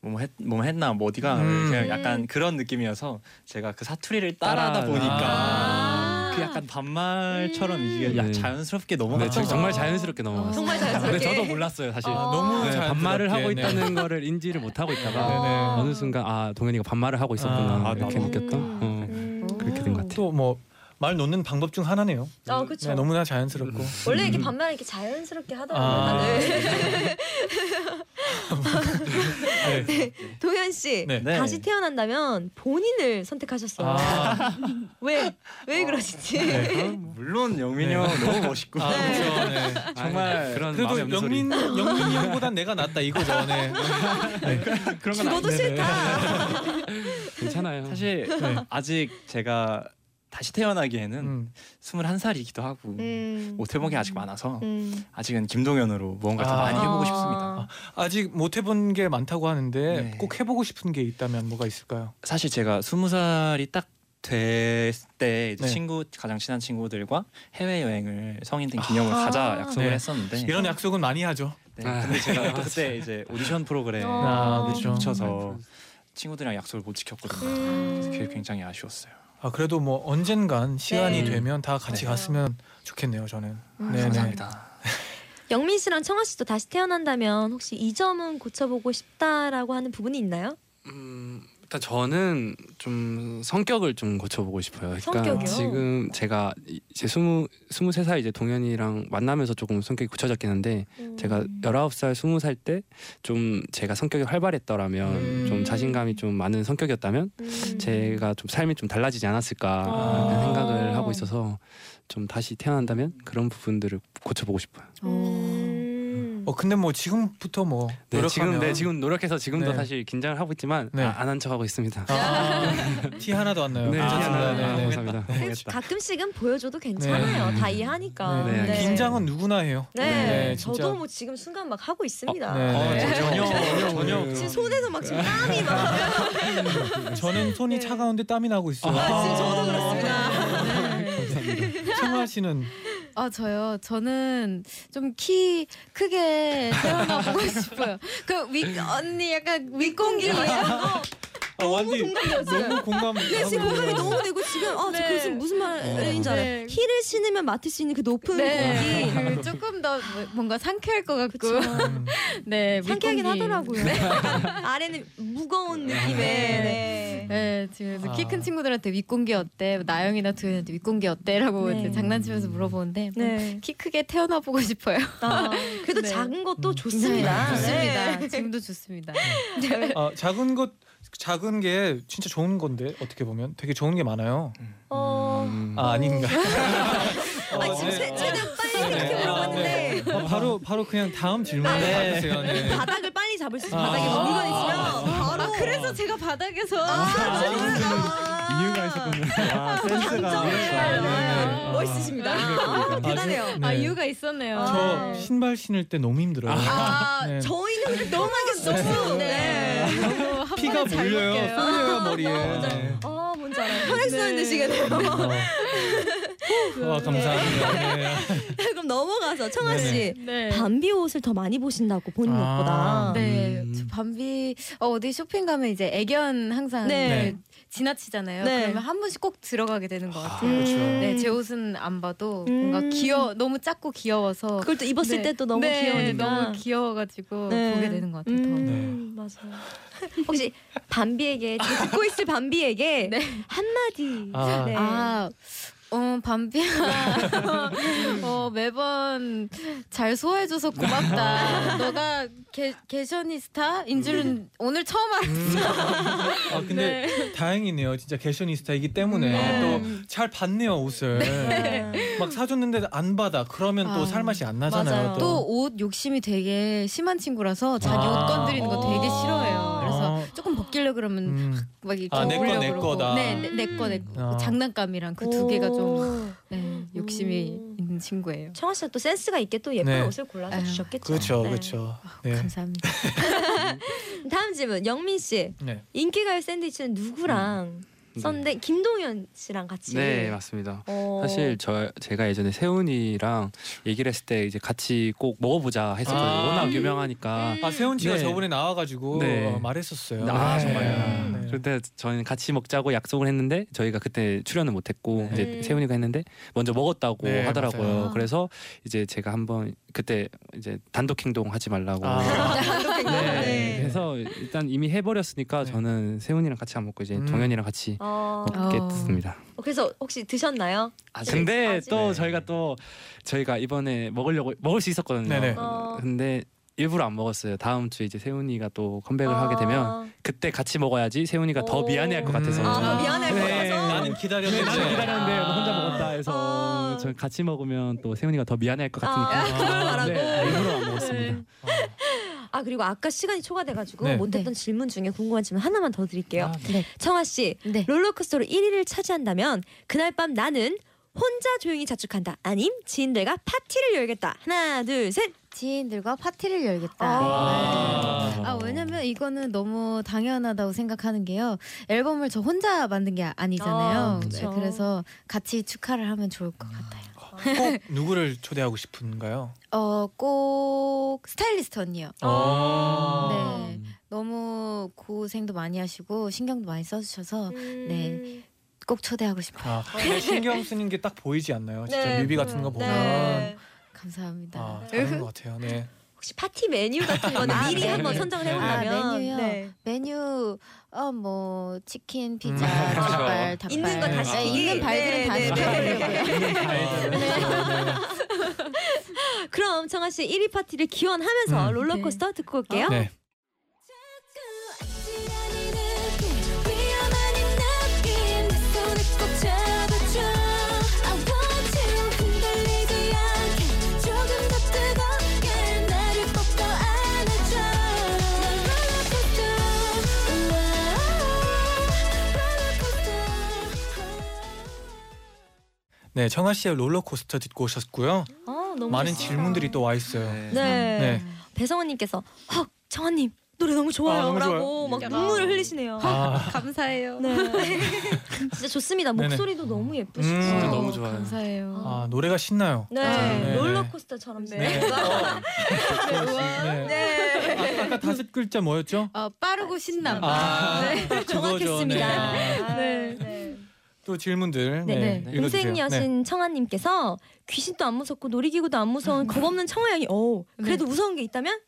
Speaker 7: 뭐, 했, 뭐 했나 뭐 어디가
Speaker 2: 음.
Speaker 7: 그냥 약간 그런 느낌이어서 제가 그 사투리를 따라하다
Speaker 3: 따라-
Speaker 7: 보니까
Speaker 4: 아.
Speaker 7: 그 약간 반말처럼 이게
Speaker 3: 네.
Speaker 7: 야- 자연스럽게
Speaker 3: 네,
Speaker 7: 넘어갔죠.
Speaker 3: 저- 정말 자연스럽게 넘어갔어요.
Speaker 4: 아. 정말
Speaker 3: 근데
Speaker 4: 자연스럽게.
Speaker 3: 저도 몰랐어요 사실.
Speaker 4: 어.
Speaker 2: 너무
Speaker 3: 네,
Speaker 2: 자연스럽게,
Speaker 3: 반말을 하고
Speaker 2: 네. 아.
Speaker 3: 있다는 거를 인지를 못 하고 있다가
Speaker 2: 네네.
Speaker 3: 어느 순간 아 동현이가 반말을 하고 있었구나
Speaker 2: 아,
Speaker 3: 이렇게
Speaker 4: 나도.
Speaker 3: 느꼈던. 어.
Speaker 4: 음.
Speaker 3: 그렇게 된것 같아요.
Speaker 2: 또 뭐 말 놓는 방법 중 하나네요.
Speaker 4: 아, 그쵸.
Speaker 2: 네, 너무나 자연스럽고.
Speaker 4: 원래 이렇게 반말 이렇게 자연스럽게
Speaker 2: 음. 아.
Speaker 4: 하더라고요. 다들.
Speaker 2: 네.
Speaker 4: 동현 씨
Speaker 2: 네.
Speaker 7: 네.
Speaker 4: 다시 태어난다면 본인을 선택하셨어요.
Speaker 2: 아,
Speaker 4: 왜왜 그러신지.
Speaker 2: 네.
Speaker 7: 아, 물론
Speaker 2: 네.
Speaker 7: 영민이 형 너무 멋있고
Speaker 2: 아, 그렇죠. 네.
Speaker 7: 정말
Speaker 3: 그런
Speaker 2: 그래도
Speaker 3: 마음이 없는 소리.
Speaker 2: 영민 영민이 형보단 내가 낫다 이거죠. 네.
Speaker 7: 그런 건
Speaker 4: 죽어도
Speaker 7: 아닌데.
Speaker 4: 싫다.
Speaker 3: 괜찮아요.
Speaker 7: 사실
Speaker 2: 네.
Speaker 7: 아직 제가 다시 태어나기에는
Speaker 2: 음.
Speaker 7: 스물 21살이기도 하고
Speaker 4: 네.
Speaker 6: 음.
Speaker 7: 못해본 게 아직 많아서
Speaker 6: 음.
Speaker 7: 아직은 김동현으로 무언가 더
Speaker 2: 아.
Speaker 7: 많이 해보고
Speaker 4: 아.
Speaker 7: 싶습니다.
Speaker 2: 아직 못 해본 게 많다고 하는데
Speaker 7: 네.
Speaker 2: 꼭 해보고 싶은 게 있다면 뭐가 있을까요?
Speaker 7: 사실 제가 스무 살이 딱 됐을 때 이제
Speaker 2: 네.
Speaker 7: 친구 가장 친한 친구들과 해외 여행을 성인 된 기념을 가자 약속을
Speaker 2: 네.
Speaker 7: 했었는데
Speaker 2: 이런 약속은 많이 하죠.
Speaker 7: 네, 근데 제가 또 그때 이제 오디션 네. 프로그램
Speaker 2: 아, 그렇죠. 음.
Speaker 7: 붙여서 친구들이랑 약속을 못 지켰거든요. 그래서 그게 굉장히 아쉬웠어요.
Speaker 2: 아 그래도 뭐 언젠간 시간이
Speaker 6: 네.
Speaker 2: 되면 다 같이
Speaker 7: 네.
Speaker 2: 갔으면 좋겠네요. 저는.
Speaker 4: 음,
Speaker 2: 네네.
Speaker 7: 감사합니다.
Speaker 4: 영민 씨랑 청아 씨도 다시 태어난다면 혹시 이 점은 고쳐보고 싶다라고 하는 부분이 있나요?
Speaker 3: 음, 일단 저는 좀 성격을 좀 고쳐보고 싶어요. 그러니까
Speaker 4: 성격이요?
Speaker 3: 지금 제가 이제 스무 스무 세살 이제 동현이랑 만나면서 조금 성격이 굳혀졌긴 한데
Speaker 2: 음.
Speaker 3: 제가
Speaker 4: 음.
Speaker 3: 열아홉 살 스무 살 때 좀 제가 성격이 활발했더라면
Speaker 2: 음.
Speaker 3: 좀 자신감이 좀 많은 성격이었다면
Speaker 4: 음.
Speaker 3: 제가 좀 삶이 좀 달라지지 않았을까
Speaker 4: 아.
Speaker 3: 하는 생각을 하고 있어서 좀 다시 태어난다면 그런 부분들을 고쳐보고 싶어요.
Speaker 4: 음.
Speaker 2: 어 근데 뭐 지금부터 뭐
Speaker 3: 네,
Speaker 2: 노력하면
Speaker 3: 지금 네 지금 노력해서 지금도
Speaker 2: 네.
Speaker 3: 사실 긴장을 하고 있지만
Speaker 2: 네.
Speaker 3: 안 한 척하고 있습니다.
Speaker 2: 아, 티 하나도 안 나요.
Speaker 3: 네,
Speaker 2: 괜찮습니다.
Speaker 3: 아,
Speaker 2: 네, 네.
Speaker 3: 감사합니다.
Speaker 4: 그냥 가끔씩은 보여줘도 괜찮아요. 다 이해하니까.
Speaker 2: 네, 네. 긴장은 누구나 해요.
Speaker 4: 네,
Speaker 2: 진짜.
Speaker 4: 저도 뭐 지금 순간 막 하고 있습니다.
Speaker 2: 네, 네.
Speaker 7: 어, 전혀 전혀 그
Speaker 4: 지금 손에서 막 지금 땀이 막.
Speaker 2: 저는 손이
Speaker 4: 네.
Speaker 2: 차가운데 땀이 나고 있어요.
Speaker 4: 아, 지금 저도 그렇습니다. 네.
Speaker 2: 청아 씨는
Speaker 6: 아 저요. 저는 좀 키 크게 태어나 보고 싶어요. 그 윗 언니 약간 윗공기
Speaker 2: 아, 완디 너무 공감.
Speaker 4: 네, 지금 공감이 너무 되고 지금 아,
Speaker 6: 네.
Speaker 4: 저 무슨 무슨 말인지
Speaker 2: 어.
Speaker 6: 네.
Speaker 4: 알아요. 힐을 신으면 맡을 수 있는 그 높은
Speaker 6: 네.
Speaker 4: 공기.
Speaker 6: 그 조금 더 뭔가 상쾌할 것 같고. 네.
Speaker 4: 상쾌하긴
Speaker 6: 윗공기.
Speaker 4: 하더라고요. 아래는 무거운 느낌의 네.
Speaker 6: 네, 지금
Speaker 2: 아.
Speaker 6: 키 큰 친구들한테 윗공기 어때? 나영이나 도현이한테 윗공기 어때?라고
Speaker 4: 네.
Speaker 6: 이제 장난치면서 물어보는데
Speaker 4: 네.
Speaker 6: 키 크게 태어나 보고 싶어요.
Speaker 4: 아, 그래도
Speaker 6: 네.
Speaker 4: 작은 것도 좋습니다.
Speaker 6: 좋습니다.
Speaker 4: 네.
Speaker 6: 지금도 좋습니다.
Speaker 2: 아, 작은 것 작은 게 진짜 좋은 건데 어떻게 보면 되게 좋은 게 많아요.
Speaker 4: 어,
Speaker 2: 아 아닌가?
Speaker 4: 아, 지금
Speaker 2: 네.
Speaker 4: 세- 최대한 빨리 생각해
Speaker 2: 네. 아,
Speaker 4: 물어봤는데
Speaker 2: 네. 어, 바로 바로 그냥 다음 질문
Speaker 4: 네.
Speaker 2: 받으세요. 네.
Speaker 4: 바닥을 빨리 잡을 수 있어요.
Speaker 2: 아.
Speaker 4: 바닥에
Speaker 2: 아.
Speaker 4: 물건 있으면 바로
Speaker 6: 아, 그래서 제가 바닥에서
Speaker 7: 이유가 있었군요. 아, 센스가
Speaker 2: 네.
Speaker 4: 멋있으십니다. 아, 대단해요.
Speaker 2: 아주-
Speaker 6: 아
Speaker 2: 네.
Speaker 6: 이유가 있었네요.
Speaker 2: 저 신발 신을 때 너무 힘들어요.
Speaker 4: 아,
Speaker 2: 네.
Speaker 4: 저희는 너무 너무 네.
Speaker 6: 너무 한
Speaker 2: 피가
Speaker 6: 번에 잘
Speaker 2: 몰려요.
Speaker 6: 먹혀요.
Speaker 2: 쏠려요
Speaker 4: 아,
Speaker 2: 머리에. 네.
Speaker 4: 어, 뭔지 알아요. 혈액순환
Speaker 6: 네.
Speaker 4: 되시겠네요.
Speaker 2: 어. 와 감사합니다. 네.
Speaker 4: 그럼 넘어가서 청아 씨.
Speaker 6: 네.
Speaker 10: 밤비 옷을 더 많이 보신다고 본인
Speaker 2: 아,
Speaker 10: 옷보다.
Speaker 4: 음.
Speaker 6: 네, 저 밤비 어, 어디 쇼핑 가면 이제 애견 항상
Speaker 4: 네.
Speaker 6: 그 지나치잖아요.
Speaker 4: 네.
Speaker 6: 그러면 한 번씩 꼭 들어가게 되는 것 같아요.
Speaker 2: 그렇죠.
Speaker 6: 네, 제 옷은 안 봐도 뭔가
Speaker 4: 음.
Speaker 6: 귀여 너무 작고 귀여워서
Speaker 4: 그걸 또 입었을
Speaker 6: 네.
Speaker 4: 때 또 너무
Speaker 6: 네,
Speaker 4: 귀여우니까.
Speaker 6: 너무 귀여워가지고
Speaker 4: 네.
Speaker 6: 보게 되는 것 같아요. 더.
Speaker 2: 네.
Speaker 4: 음, 맞아요. 혹시 밤비에게 지금 듣고 있을 밤비에게
Speaker 6: 네.
Speaker 4: 한마디.
Speaker 2: 아.
Speaker 4: 네.
Speaker 6: 아, 어, 밤비야. 어, 매번 잘 소화해줘서 고맙다. 너가 게, 게셔니스타인 줄은 오늘 처음 알았어.
Speaker 2: 아 근데 다행이네요. 진짜 개셔니스타이기 때문에
Speaker 6: 네.
Speaker 2: 또 잘 받네요 옷을. 막 사줬는데 안 받아. 그러면 또
Speaker 6: 아,
Speaker 2: 살맛이 안 나잖아요.
Speaker 4: 맞아요.
Speaker 2: 또.
Speaker 6: 또 옷 욕심이 되게 심한 친구라서 자기
Speaker 2: 어. 아.
Speaker 6: 옷 건드리는 거 되게 싫어해요. 그래서
Speaker 2: 아.
Speaker 6: 조금 벗기려 그러면
Speaker 2: 음.
Speaker 6: 막 이렇게
Speaker 2: 아, 내거,
Speaker 6: 업으려고
Speaker 2: 내
Speaker 6: 그러고.
Speaker 2: 거다.
Speaker 6: 네, 내- 내 거, 내 거.
Speaker 2: 아.
Speaker 6: 장난감이랑 그 두 개가 좀
Speaker 4: 오.
Speaker 6: 네, 욕심이
Speaker 4: 음.
Speaker 6: 있는 친구예요.
Speaker 4: 청아 씨가 또 센스가 있게 또 예쁜
Speaker 2: 네.
Speaker 4: 옷을 골라서
Speaker 6: 아유.
Speaker 4: 주셨겠죠.
Speaker 2: 그렇죠,
Speaker 4: 네.
Speaker 2: 그렇죠. 네.
Speaker 6: 아, 감사합니다.
Speaker 4: 다음 질문 영민 씨
Speaker 2: 네.
Speaker 4: 인기가요 샌드위치는
Speaker 2: 음.
Speaker 4: 누구랑
Speaker 3: 네.
Speaker 4: 썼는데 김동현 씨랑 같이.
Speaker 3: 네 맞습니다.
Speaker 4: 어.
Speaker 3: 사실 저 제가 예전에 세훈이랑 얘기를 했을 때 이제 같이 꼭 먹어보자 했었거든요.
Speaker 2: 아.
Speaker 3: 워낙 유명하니까.
Speaker 2: 아 세훈 씨가
Speaker 3: 네.
Speaker 2: 저번에 나와가지고
Speaker 3: 네.
Speaker 2: 어, 말했었어요.
Speaker 3: 아
Speaker 2: 네.
Speaker 3: 정말요.
Speaker 2: 네.
Speaker 3: 그런데 저희는 같이 먹자고 약속을 했는데 저희가 그때 출연을
Speaker 2: 네.
Speaker 3: 못했고 이제 세훈이가 했는데 먼저 먹었다고
Speaker 2: 네,
Speaker 3: 하더라고요.
Speaker 2: 맞아요.
Speaker 3: 그래서 이제 제가 한번 그때 이제 단독 행동 하지 말라고.
Speaker 2: 아.
Speaker 3: 네.
Speaker 2: 네.
Speaker 3: 그래서 일단 이미 해버렸으니까
Speaker 2: 네.
Speaker 3: 저는 세훈이랑 같이 안 먹고 이제
Speaker 2: 음.
Speaker 3: 동현이랑 같이
Speaker 4: 어,
Speaker 6: 아.
Speaker 3: 먹겠습니다.
Speaker 4: 그래서 혹시 드셨나요?
Speaker 3: 아, 근데
Speaker 4: 아직-
Speaker 3: 또
Speaker 2: 네.
Speaker 3: 저희가 또 저희가 이번에 먹으려고 먹을 수 있었거든요.
Speaker 2: 네네.
Speaker 4: 어.
Speaker 3: 근데 일부러 안 먹었어요. 다음 주에 이제 세훈이가 또 컴백을 하게 되면
Speaker 4: 어.
Speaker 3: 그때 같이 먹어야지 세훈이가 더
Speaker 4: 아. 오.
Speaker 3: 미안해할
Speaker 2: 음.
Speaker 3: 것 같아서
Speaker 4: 아, 더 미안할 것
Speaker 2: 네,
Speaker 4: 같아서.
Speaker 2: 나는 기다렸는데.
Speaker 3: 나는 기다렸는데 너 혼자 먹었다 해서
Speaker 4: 아.
Speaker 3: 저 같이 먹으면 또 세훈이가 더 미안해할 것
Speaker 4: 아,
Speaker 3: 같으니까
Speaker 4: 그걸 말하고.
Speaker 3: 네, 일부러 안 먹었습니다.
Speaker 4: 아 그리고 아까 시간이 초과돼가지고
Speaker 2: 네.
Speaker 4: 못했던 질문 중에 궁금한 질문 하나만 더 드릴게요.
Speaker 6: 네.
Speaker 4: 청아 씨
Speaker 6: 네.
Speaker 4: 롤러코스터로 1위를 차지한다면 그날 밤 나는 혼자 조용히 자축한다. 아님 지인들과 파티를 열겠다. 하나 둘 셋.
Speaker 6: 지인들과 파티를 열겠다.
Speaker 2: 아.
Speaker 6: 네.
Speaker 4: 어.
Speaker 6: 아 왜냐면 이거는 너무 당연하다고 생각하는 게요. 앨범을 저 혼자 만든 게 아니잖아요.
Speaker 4: 아, 그쵸.
Speaker 6: 네, 그래서 같이 축하를 하면 좋을 것 같아요.
Speaker 2: 꼭 누구를 초대하고 싶은가요?
Speaker 6: 어 꼭 스타일리스트 언니요.
Speaker 2: 아.
Speaker 6: 네. 너무 고생도 많이 하시고 신경도 많이 써주셔서
Speaker 4: 네.
Speaker 6: 꼭 초대하고 싶어요.
Speaker 2: 아, 근데 신경 쓰는 게 딱 보이지 않나요? 아, 진짜
Speaker 4: 네,
Speaker 2: 뮤비 같은 거 보면
Speaker 4: 네.
Speaker 6: 감사합니다.
Speaker 2: 아, 다른 것 같아요. 네.
Speaker 4: 혹시 파티 메뉴 같은 거는
Speaker 6: 아,
Speaker 4: 미리
Speaker 6: 메뉴.
Speaker 4: 한번 선정을 해본다면
Speaker 6: 아, 메뉴요?
Speaker 4: 네.
Speaker 6: 메뉴 어 뭐 치킨, 피자,
Speaker 2: 음, 그렇죠.
Speaker 6: 족발, 닭발
Speaker 4: 있는 거다
Speaker 6: 네,
Speaker 4: 시키기.
Speaker 6: 있는
Speaker 4: 네,
Speaker 6: 발들은 다
Speaker 4: 네,
Speaker 6: 시켜보려고요.
Speaker 2: 네.
Speaker 4: 그럼 정아 씨 1위 파티를 기원하면서
Speaker 2: 음.
Speaker 4: 롤러코스터 듣고 올게요.
Speaker 2: 네.
Speaker 1: 시간이 느낀 위험한 이 느낌 내 손을 꼭 잡아줘 I want you 흔들리지 않게 조금 더 뜨겁게 나를 꼭 더 안아줘 난 롤러코스터 롤러코스터
Speaker 2: 네, 청아 씨의 롤러코스터 듣고 오셨고요.
Speaker 4: 어, 너무
Speaker 2: 많은
Speaker 4: 좋습니다.
Speaker 2: 질문들이 또 와 있어요.
Speaker 11: 네.
Speaker 4: 네.
Speaker 2: 네.
Speaker 4: 배성원님께서 헉 정아님 노래 너무
Speaker 2: 아,
Speaker 4: 좋아요라고
Speaker 2: 너무
Speaker 4: 막
Speaker 6: 네.
Speaker 4: 눈물을 흘리시네요.
Speaker 2: 아,
Speaker 6: 감사해요.
Speaker 4: 네. 진짜 좋습니다.
Speaker 2: 네네.
Speaker 4: 목소리도 너무 예쁘시고.
Speaker 2: 음. 진짜
Speaker 3: 너무 좋아요.
Speaker 6: 감사해요.
Speaker 2: 아, 노래가 신나요.
Speaker 4: 네.
Speaker 2: 네.
Speaker 4: 롤러코스터처럼
Speaker 2: 네.
Speaker 4: 매가.
Speaker 2: 네. 아, 아까 다섯 글자 뭐였죠?
Speaker 6: 어, 빠르고 신남.
Speaker 2: 아, 딱 그거죠.
Speaker 4: 네. 정확했습니다.
Speaker 2: 네. 아,
Speaker 4: 네.
Speaker 2: 또 질문들
Speaker 4: 네.
Speaker 2: 네.
Speaker 3: 네.
Speaker 2: 읽어주세요.
Speaker 4: 동생 여신 청아님께서 귀신도 안 무섭고 놀이기구도 안
Speaker 2: 네.
Speaker 4: 무서운 겁 없는 청아양이 오 그래도 무서운 게 있다면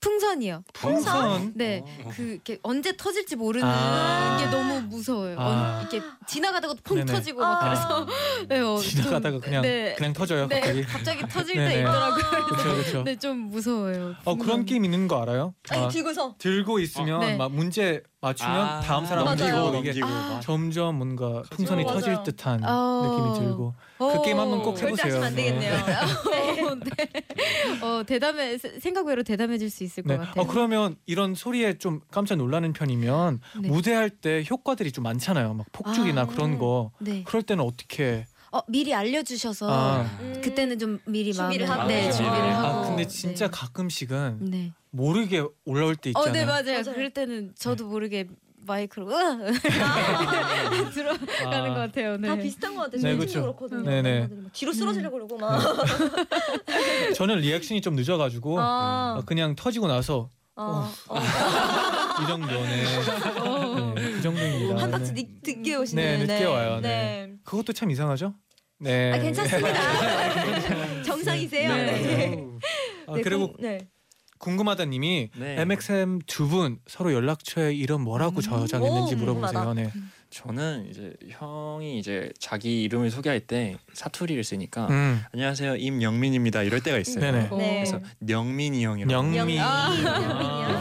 Speaker 6: 풍선이요.
Speaker 2: 풍선.
Speaker 6: 네, 그 이렇게 언제 터질지 모르는
Speaker 2: 어. 아.
Speaker 6: 게 너무 무서워요.
Speaker 2: 아.
Speaker 6: 언- 이렇게 지나가다가 퐁
Speaker 2: 네네.
Speaker 6: 터지고 막
Speaker 4: 아.
Speaker 6: 그래서 네, 어, 좀-
Speaker 2: 지나가다가 그냥
Speaker 6: 네,
Speaker 2: 그냥 터져요
Speaker 6: 네,
Speaker 2: 갑자기.
Speaker 6: 갑자기 터질
Speaker 2: 네네.
Speaker 6: 때 있더라고요.
Speaker 2: 그렇죠 그렇죠.
Speaker 6: 네, 좀 무서워요.
Speaker 2: 어 그런 게임 있는 거 알아요? 아,
Speaker 4: 들고서
Speaker 2: 들고 있으면
Speaker 6: 네.
Speaker 2: 막 문제 맞추면 다음 사람
Speaker 4: 그 맞아요.
Speaker 2: 넘기고 이게
Speaker 6: 아.
Speaker 2: 점점 뭔가 풍선이
Speaker 4: 맞아요.
Speaker 2: 터질 듯한
Speaker 6: 어.
Speaker 2: 느낌이 들고
Speaker 6: 어.
Speaker 2: 그 게임 한번 꼭 해보세요.
Speaker 4: 절대하시면 안 되겠네요.
Speaker 6: 어, 네. 어, 대담해 세- 생각 외로 대담해질 수 있을
Speaker 2: 네.
Speaker 6: 것
Speaker 2: 어
Speaker 6: 같아요.
Speaker 2: 그러면 이런 소리에 좀 깜짝 놀라는 편이면
Speaker 6: 네.
Speaker 2: 어, 무대할 때 효과들이 좀 많잖아요. 막 폭죽이나
Speaker 6: 아.
Speaker 2: 그런 거.
Speaker 6: 네.
Speaker 2: 그럴 때는 어떻게?
Speaker 6: 어, 미리 알려주셔서
Speaker 2: 아.
Speaker 4: 음.
Speaker 6: 그때는 좀 미리
Speaker 4: 준비를
Speaker 6: 마음에-
Speaker 4: 하고.
Speaker 6: 네, 준비를
Speaker 2: 아,
Speaker 6: 하고.
Speaker 2: 근데 진짜 가끔씩은
Speaker 6: 네. 네.
Speaker 2: 모르게 올라올 때
Speaker 6: 어,
Speaker 2: 있잖아요. 네.
Speaker 6: 네 맞아요.
Speaker 4: 맞아요.
Speaker 6: 그럴 때는 저도 모르게 마이크로 으아! 들어가는
Speaker 2: 아.
Speaker 6: 것 같아요. 네.
Speaker 4: 다 비슷한 것 같아요.
Speaker 2: 네,
Speaker 4: 저희
Speaker 2: 그쵸.
Speaker 4: 팀도 그렇거든요.
Speaker 2: 네네. 음.
Speaker 4: 엄마들이 막 뒤로 쓰러지려고 그러고 막.
Speaker 2: 아, 저는 리액션이 좀 늦어가지고
Speaker 4: 아,
Speaker 2: 어, 그냥 터지고 나서
Speaker 4: 어, 어.
Speaker 2: 이 정도네. 네, 그 정도입니다.
Speaker 4: 한 박스
Speaker 2: 네.
Speaker 4: 늦, 늦게 오시는.
Speaker 2: 네, 늦게 와요. 네. 그것도 참 이상하죠? 네.
Speaker 4: 아 괜찮습니다. 정상이세요.
Speaker 2: 네,
Speaker 4: 네.
Speaker 2: 맞아요. 아,
Speaker 4: 네,
Speaker 2: 그리고
Speaker 4: 그- 네.
Speaker 2: 궁금하다님이
Speaker 11: 네.
Speaker 2: MXM 두 분 서로 연락처에 이름 뭐라고 저장했는지
Speaker 4: 오,
Speaker 2: 물어보세요. 네.
Speaker 7: 저는 이제 형이 이제 자기 이름을 소개할 때 사투리를 쓰니까
Speaker 2: 음.
Speaker 7: 안녕하세요 임영민입니다 이럴 때가 있어요.
Speaker 2: 네네.
Speaker 4: 네. 아.
Speaker 7: 그래서 영민이 형이라고.
Speaker 2: 음, 영미. 아,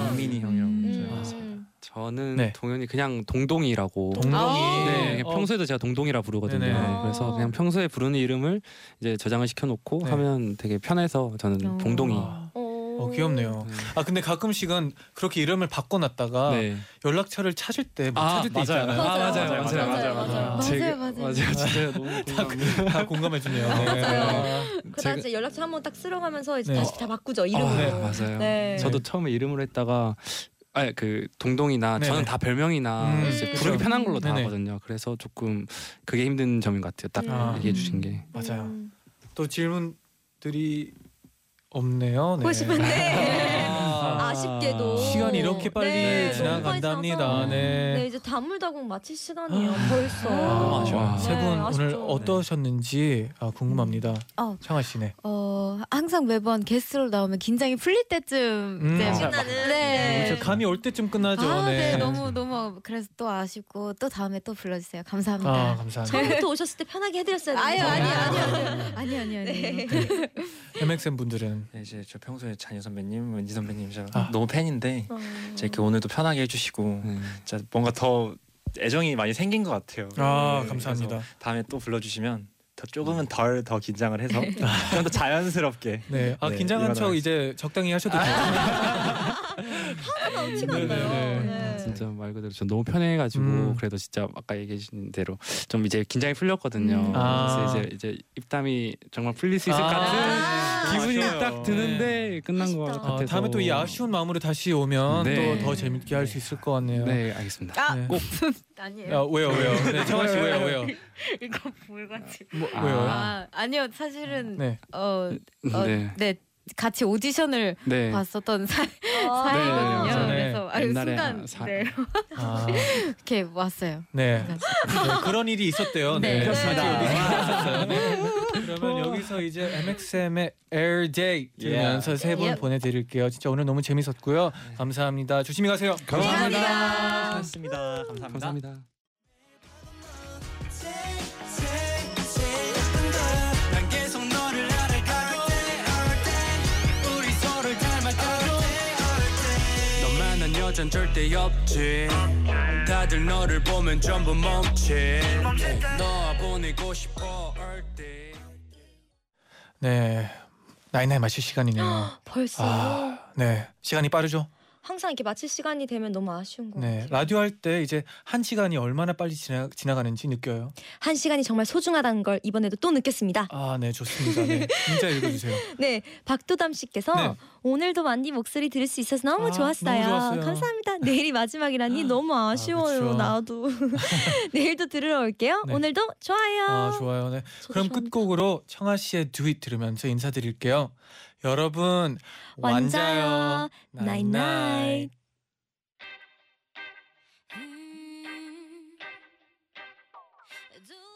Speaker 7: 영민이 형이라고. 불러요.
Speaker 4: 음.
Speaker 3: 저는
Speaker 2: 네.
Speaker 3: 동현이 그냥 동동이라고.
Speaker 2: 동동이.
Speaker 4: 아.
Speaker 3: 네, 그냥
Speaker 2: 어,
Speaker 3: 평소에도 제가 동동이라 부르거든요.
Speaker 2: 네네.
Speaker 3: 네, 그래서 그냥 평소에 부르는 이름을 이제 저장을 시켜놓고
Speaker 2: 네.
Speaker 3: 하면 되게 편해서 저는
Speaker 6: 어.
Speaker 3: 동동이. 음.
Speaker 2: 아, 어, 귀엽네요. 아 근데 가끔씩은 그렇게 이름을 바꿔놨다가
Speaker 3: 네.
Speaker 2: 연락처를 찾을 때 못 찾을 때 아. 있잖아요.
Speaker 3: 아,
Speaker 4: 맞아요.
Speaker 3: 맞아요.
Speaker 4: 맞아요,
Speaker 3: 맞아요.
Speaker 4: 맞아요,
Speaker 3: 맞아요.
Speaker 4: 맞아요.
Speaker 3: 제가-
Speaker 6: 맞아요, 맞아요.
Speaker 3: 맞아요. 진짜 너무 공감이.
Speaker 2: 다 공감해 주네요. 네.
Speaker 4: 그다음 제 연락처 한번 딱 쓸어가면서 이제
Speaker 2: 네.
Speaker 4: 다시 다 바꾸죠 이름으로.
Speaker 3: 아, 네, 맞아요.
Speaker 4: 네.
Speaker 3: 저도 처음에 이름으로 했다가 아니 그 동동이나
Speaker 2: 네네.
Speaker 3: 저는 다 별명이나
Speaker 2: 음,
Speaker 3: 이제
Speaker 2: 그렇죠.
Speaker 3: 부르기 편한 걸로 다
Speaker 2: 네네.
Speaker 3: 하거든요. 그래서 조금 그게 힘든 점인 것 같아요. 딱
Speaker 2: 아.
Speaker 3: 얘기해 주신 게.
Speaker 2: 맞아요.
Speaker 4: 음.
Speaker 2: 또 질문들이 없네요. 네.
Speaker 4: 하고 싶은데
Speaker 2: 아,
Speaker 4: 아쉽게도
Speaker 2: 시간이 이렇게 빨리
Speaker 4: 네, 너무
Speaker 2: 지나간답니다.
Speaker 4: 빨리
Speaker 2: 네.
Speaker 4: 지나서. 네 이제 다물다공 마칠 시간이에요
Speaker 2: 너무
Speaker 4: 벌써.
Speaker 2: 아쉬워요.
Speaker 3: 와.
Speaker 2: 세 분
Speaker 4: 네,
Speaker 2: 오늘
Speaker 4: 아쉽죠.
Speaker 2: 어떠셨는지 아, 궁금합니다.
Speaker 6: 어.
Speaker 2: 창아 씨네.
Speaker 6: 어, 항상 매번 게스트로 나오면 긴장이 풀릴 때쯤
Speaker 2: 음.
Speaker 6: 네,
Speaker 2: 맞아요.
Speaker 4: 끝나는.
Speaker 6: 네.
Speaker 2: 그렇죠. 감이 올 때쯤 끝나죠.
Speaker 6: 아, 네. 너무 너무 그래서 또 아쉽고 또 다음에 또 불러주세요. 감사합니다.
Speaker 2: 아, 감사합니다.
Speaker 4: 처음부터 오셨을 때 편하게 해드렸어야
Speaker 6: 아유
Speaker 4: 되는데.
Speaker 6: 아니 아니 아니 아니 아니 아니.
Speaker 4: 네.
Speaker 2: MXM 분들은
Speaker 7: 네, 이제 저 평소에 잔여 선배님, 은지 선배님 제가
Speaker 2: 아. 음.
Speaker 7: 너무 팬인데
Speaker 4: 어.
Speaker 7: 제가 이렇게 오늘도 편하게 해주시고
Speaker 3: 네.
Speaker 7: 진짜 뭔가 더 애정이 많이 생긴 것 같아요.
Speaker 2: 아
Speaker 7: 네,
Speaker 2: 감사합니다. 네.
Speaker 7: 그래서 다음에 또 불러주시면 더 더 조금은 덜 더 긴장을 해서 좀 더 자연스럽게
Speaker 2: 네. 아
Speaker 7: 네,
Speaker 2: 긴장한 척
Speaker 7: 일어나겠습니다.
Speaker 2: 이제 적당히 하셔도 돼요.
Speaker 4: 티가
Speaker 2: 네,
Speaker 4: 안 나요.
Speaker 2: 네,
Speaker 4: 네.
Speaker 12: 진짜 말 그대로 전 너무 편해가지고
Speaker 2: 음.
Speaker 12: 그래도 진짜 아까 얘기해 주신 대로 좀 이제 긴장이 풀렸거든요.
Speaker 4: 음.
Speaker 2: 아.
Speaker 12: 그래서 이제 이제 입담이 정말 풀릴 수 있을 것
Speaker 2: 아.
Speaker 12: 같은 기분이
Speaker 6: 네.
Speaker 2: 아쉬워요.
Speaker 12: 딱
Speaker 3: 네.
Speaker 12: 드는데 끝난 것
Speaker 4: 아쉽다.
Speaker 12: 같아서
Speaker 2: 어, 다음에 또 이 아쉬운 마음으로 다시 오면
Speaker 12: 네.
Speaker 2: 또 더 재밌게 할 수 있을 것 같네요.
Speaker 12: 네 알겠습니다.
Speaker 2: 아, 네.
Speaker 6: 아니에요.
Speaker 2: 아, 왜요, 왜요? 네, 정아 씨 왜요, 왜요?
Speaker 6: 이거 보여가지고.
Speaker 2: 뭐,
Speaker 12: 아.
Speaker 2: 왜요?
Speaker 6: 아 아니요 사실은
Speaker 2: 네.
Speaker 6: 어, 어
Speaker 12: 네.
Speaker 6: 네. 같이 오디션을
Speaker 12: 네.
Speaker 6: 봤었던 사,
Speaker 4: 아,
Speaker 6: 사이거든요.
Speaker 2: 맞아요.
Speaker 6: 그래서 아,
Speaker 12: 옛날에
Speaker 6: 순간
Speaker 12: 사-
Speaker 6: 네.
Speaker 2: 아,
Speaker 6: 이렇게 왔어요.
Speaker 2: 네. 네, 그런 일이 있었대요.
Speaker 6: 네, 그렇습니다.
Speaker 2: 같이 어디서 하셨어요? 네. 그러면 여기서 이제 MXM의 Air Day 들으면서 세 분
Speaker 6: Yep.
Speaker 2: 보내드릴게요. 진짜 오늘 너무 재밌었고요. 네. 감사합니다. 조심히 가세요.
Speaker 13: 고맙습니다. 감사합니다.
Speaker 12: 감사합니다.
Speaker 3: 난 계속 너를 알아가고 우리 서로를 닮아가고 너만한 여잔 절대 없지 다들 너를 보면 전부 멈칫 너와 보내고 싶어 all day
Speaker 2: 네. 나이나이 마실 시간이네요.
Speaker 4: 벌써
Speaker 2: 아, 네. 시간이 빠르죠?
Speaker 4: 항상 이렇게 마칠 시간이 되면 너무 아쉬운 거
Speaker 2: 네.
Speaker 4: 같아요.
Speaker 2: 라디오 할 때 이제 한 시간이 얼마나 빨리 지나, 지나가는지 느껴요.
Speaker 4: 한 시간이 정말 소중하다는 걸 이번에도 또 느꼈습니다.
Speaker 2: 아, 네. 좋습니다. 네. 문자 읽어주세요.
Speaker 4: 네, 박도담 씨께서
Speaker 2: 네.
Speaker 4: 오늘도 만디 목소리 들을 수 있어서 너무
Speaker 2: 아,
Speaker 4: 좋았어요.
Speaker 2: 너무 좋았어요. 아,
Speaker 4: 감사합니다. 내일이 마지막이라니 너무 아쉬워요.
Speaker 2: 그쵸.
Speaker 4: 나도 내일도 들으러 올게요.
Speaker 2: 네.
Speaker 4: 오늘도 좋아요.
Speaker 2: 아, 좋아요. 네.
Speaker 4: 저도
Speaker 2: 그럼
Speaker 4: 좋아합니다.
Speaker 2: 끝곡으로 청아 씨의 듀잇 들으면서 인사드릴게요. 여러분 완자요.
Speaker 4: 완자요. 나잇나잇.
Speaker 14: 음, 두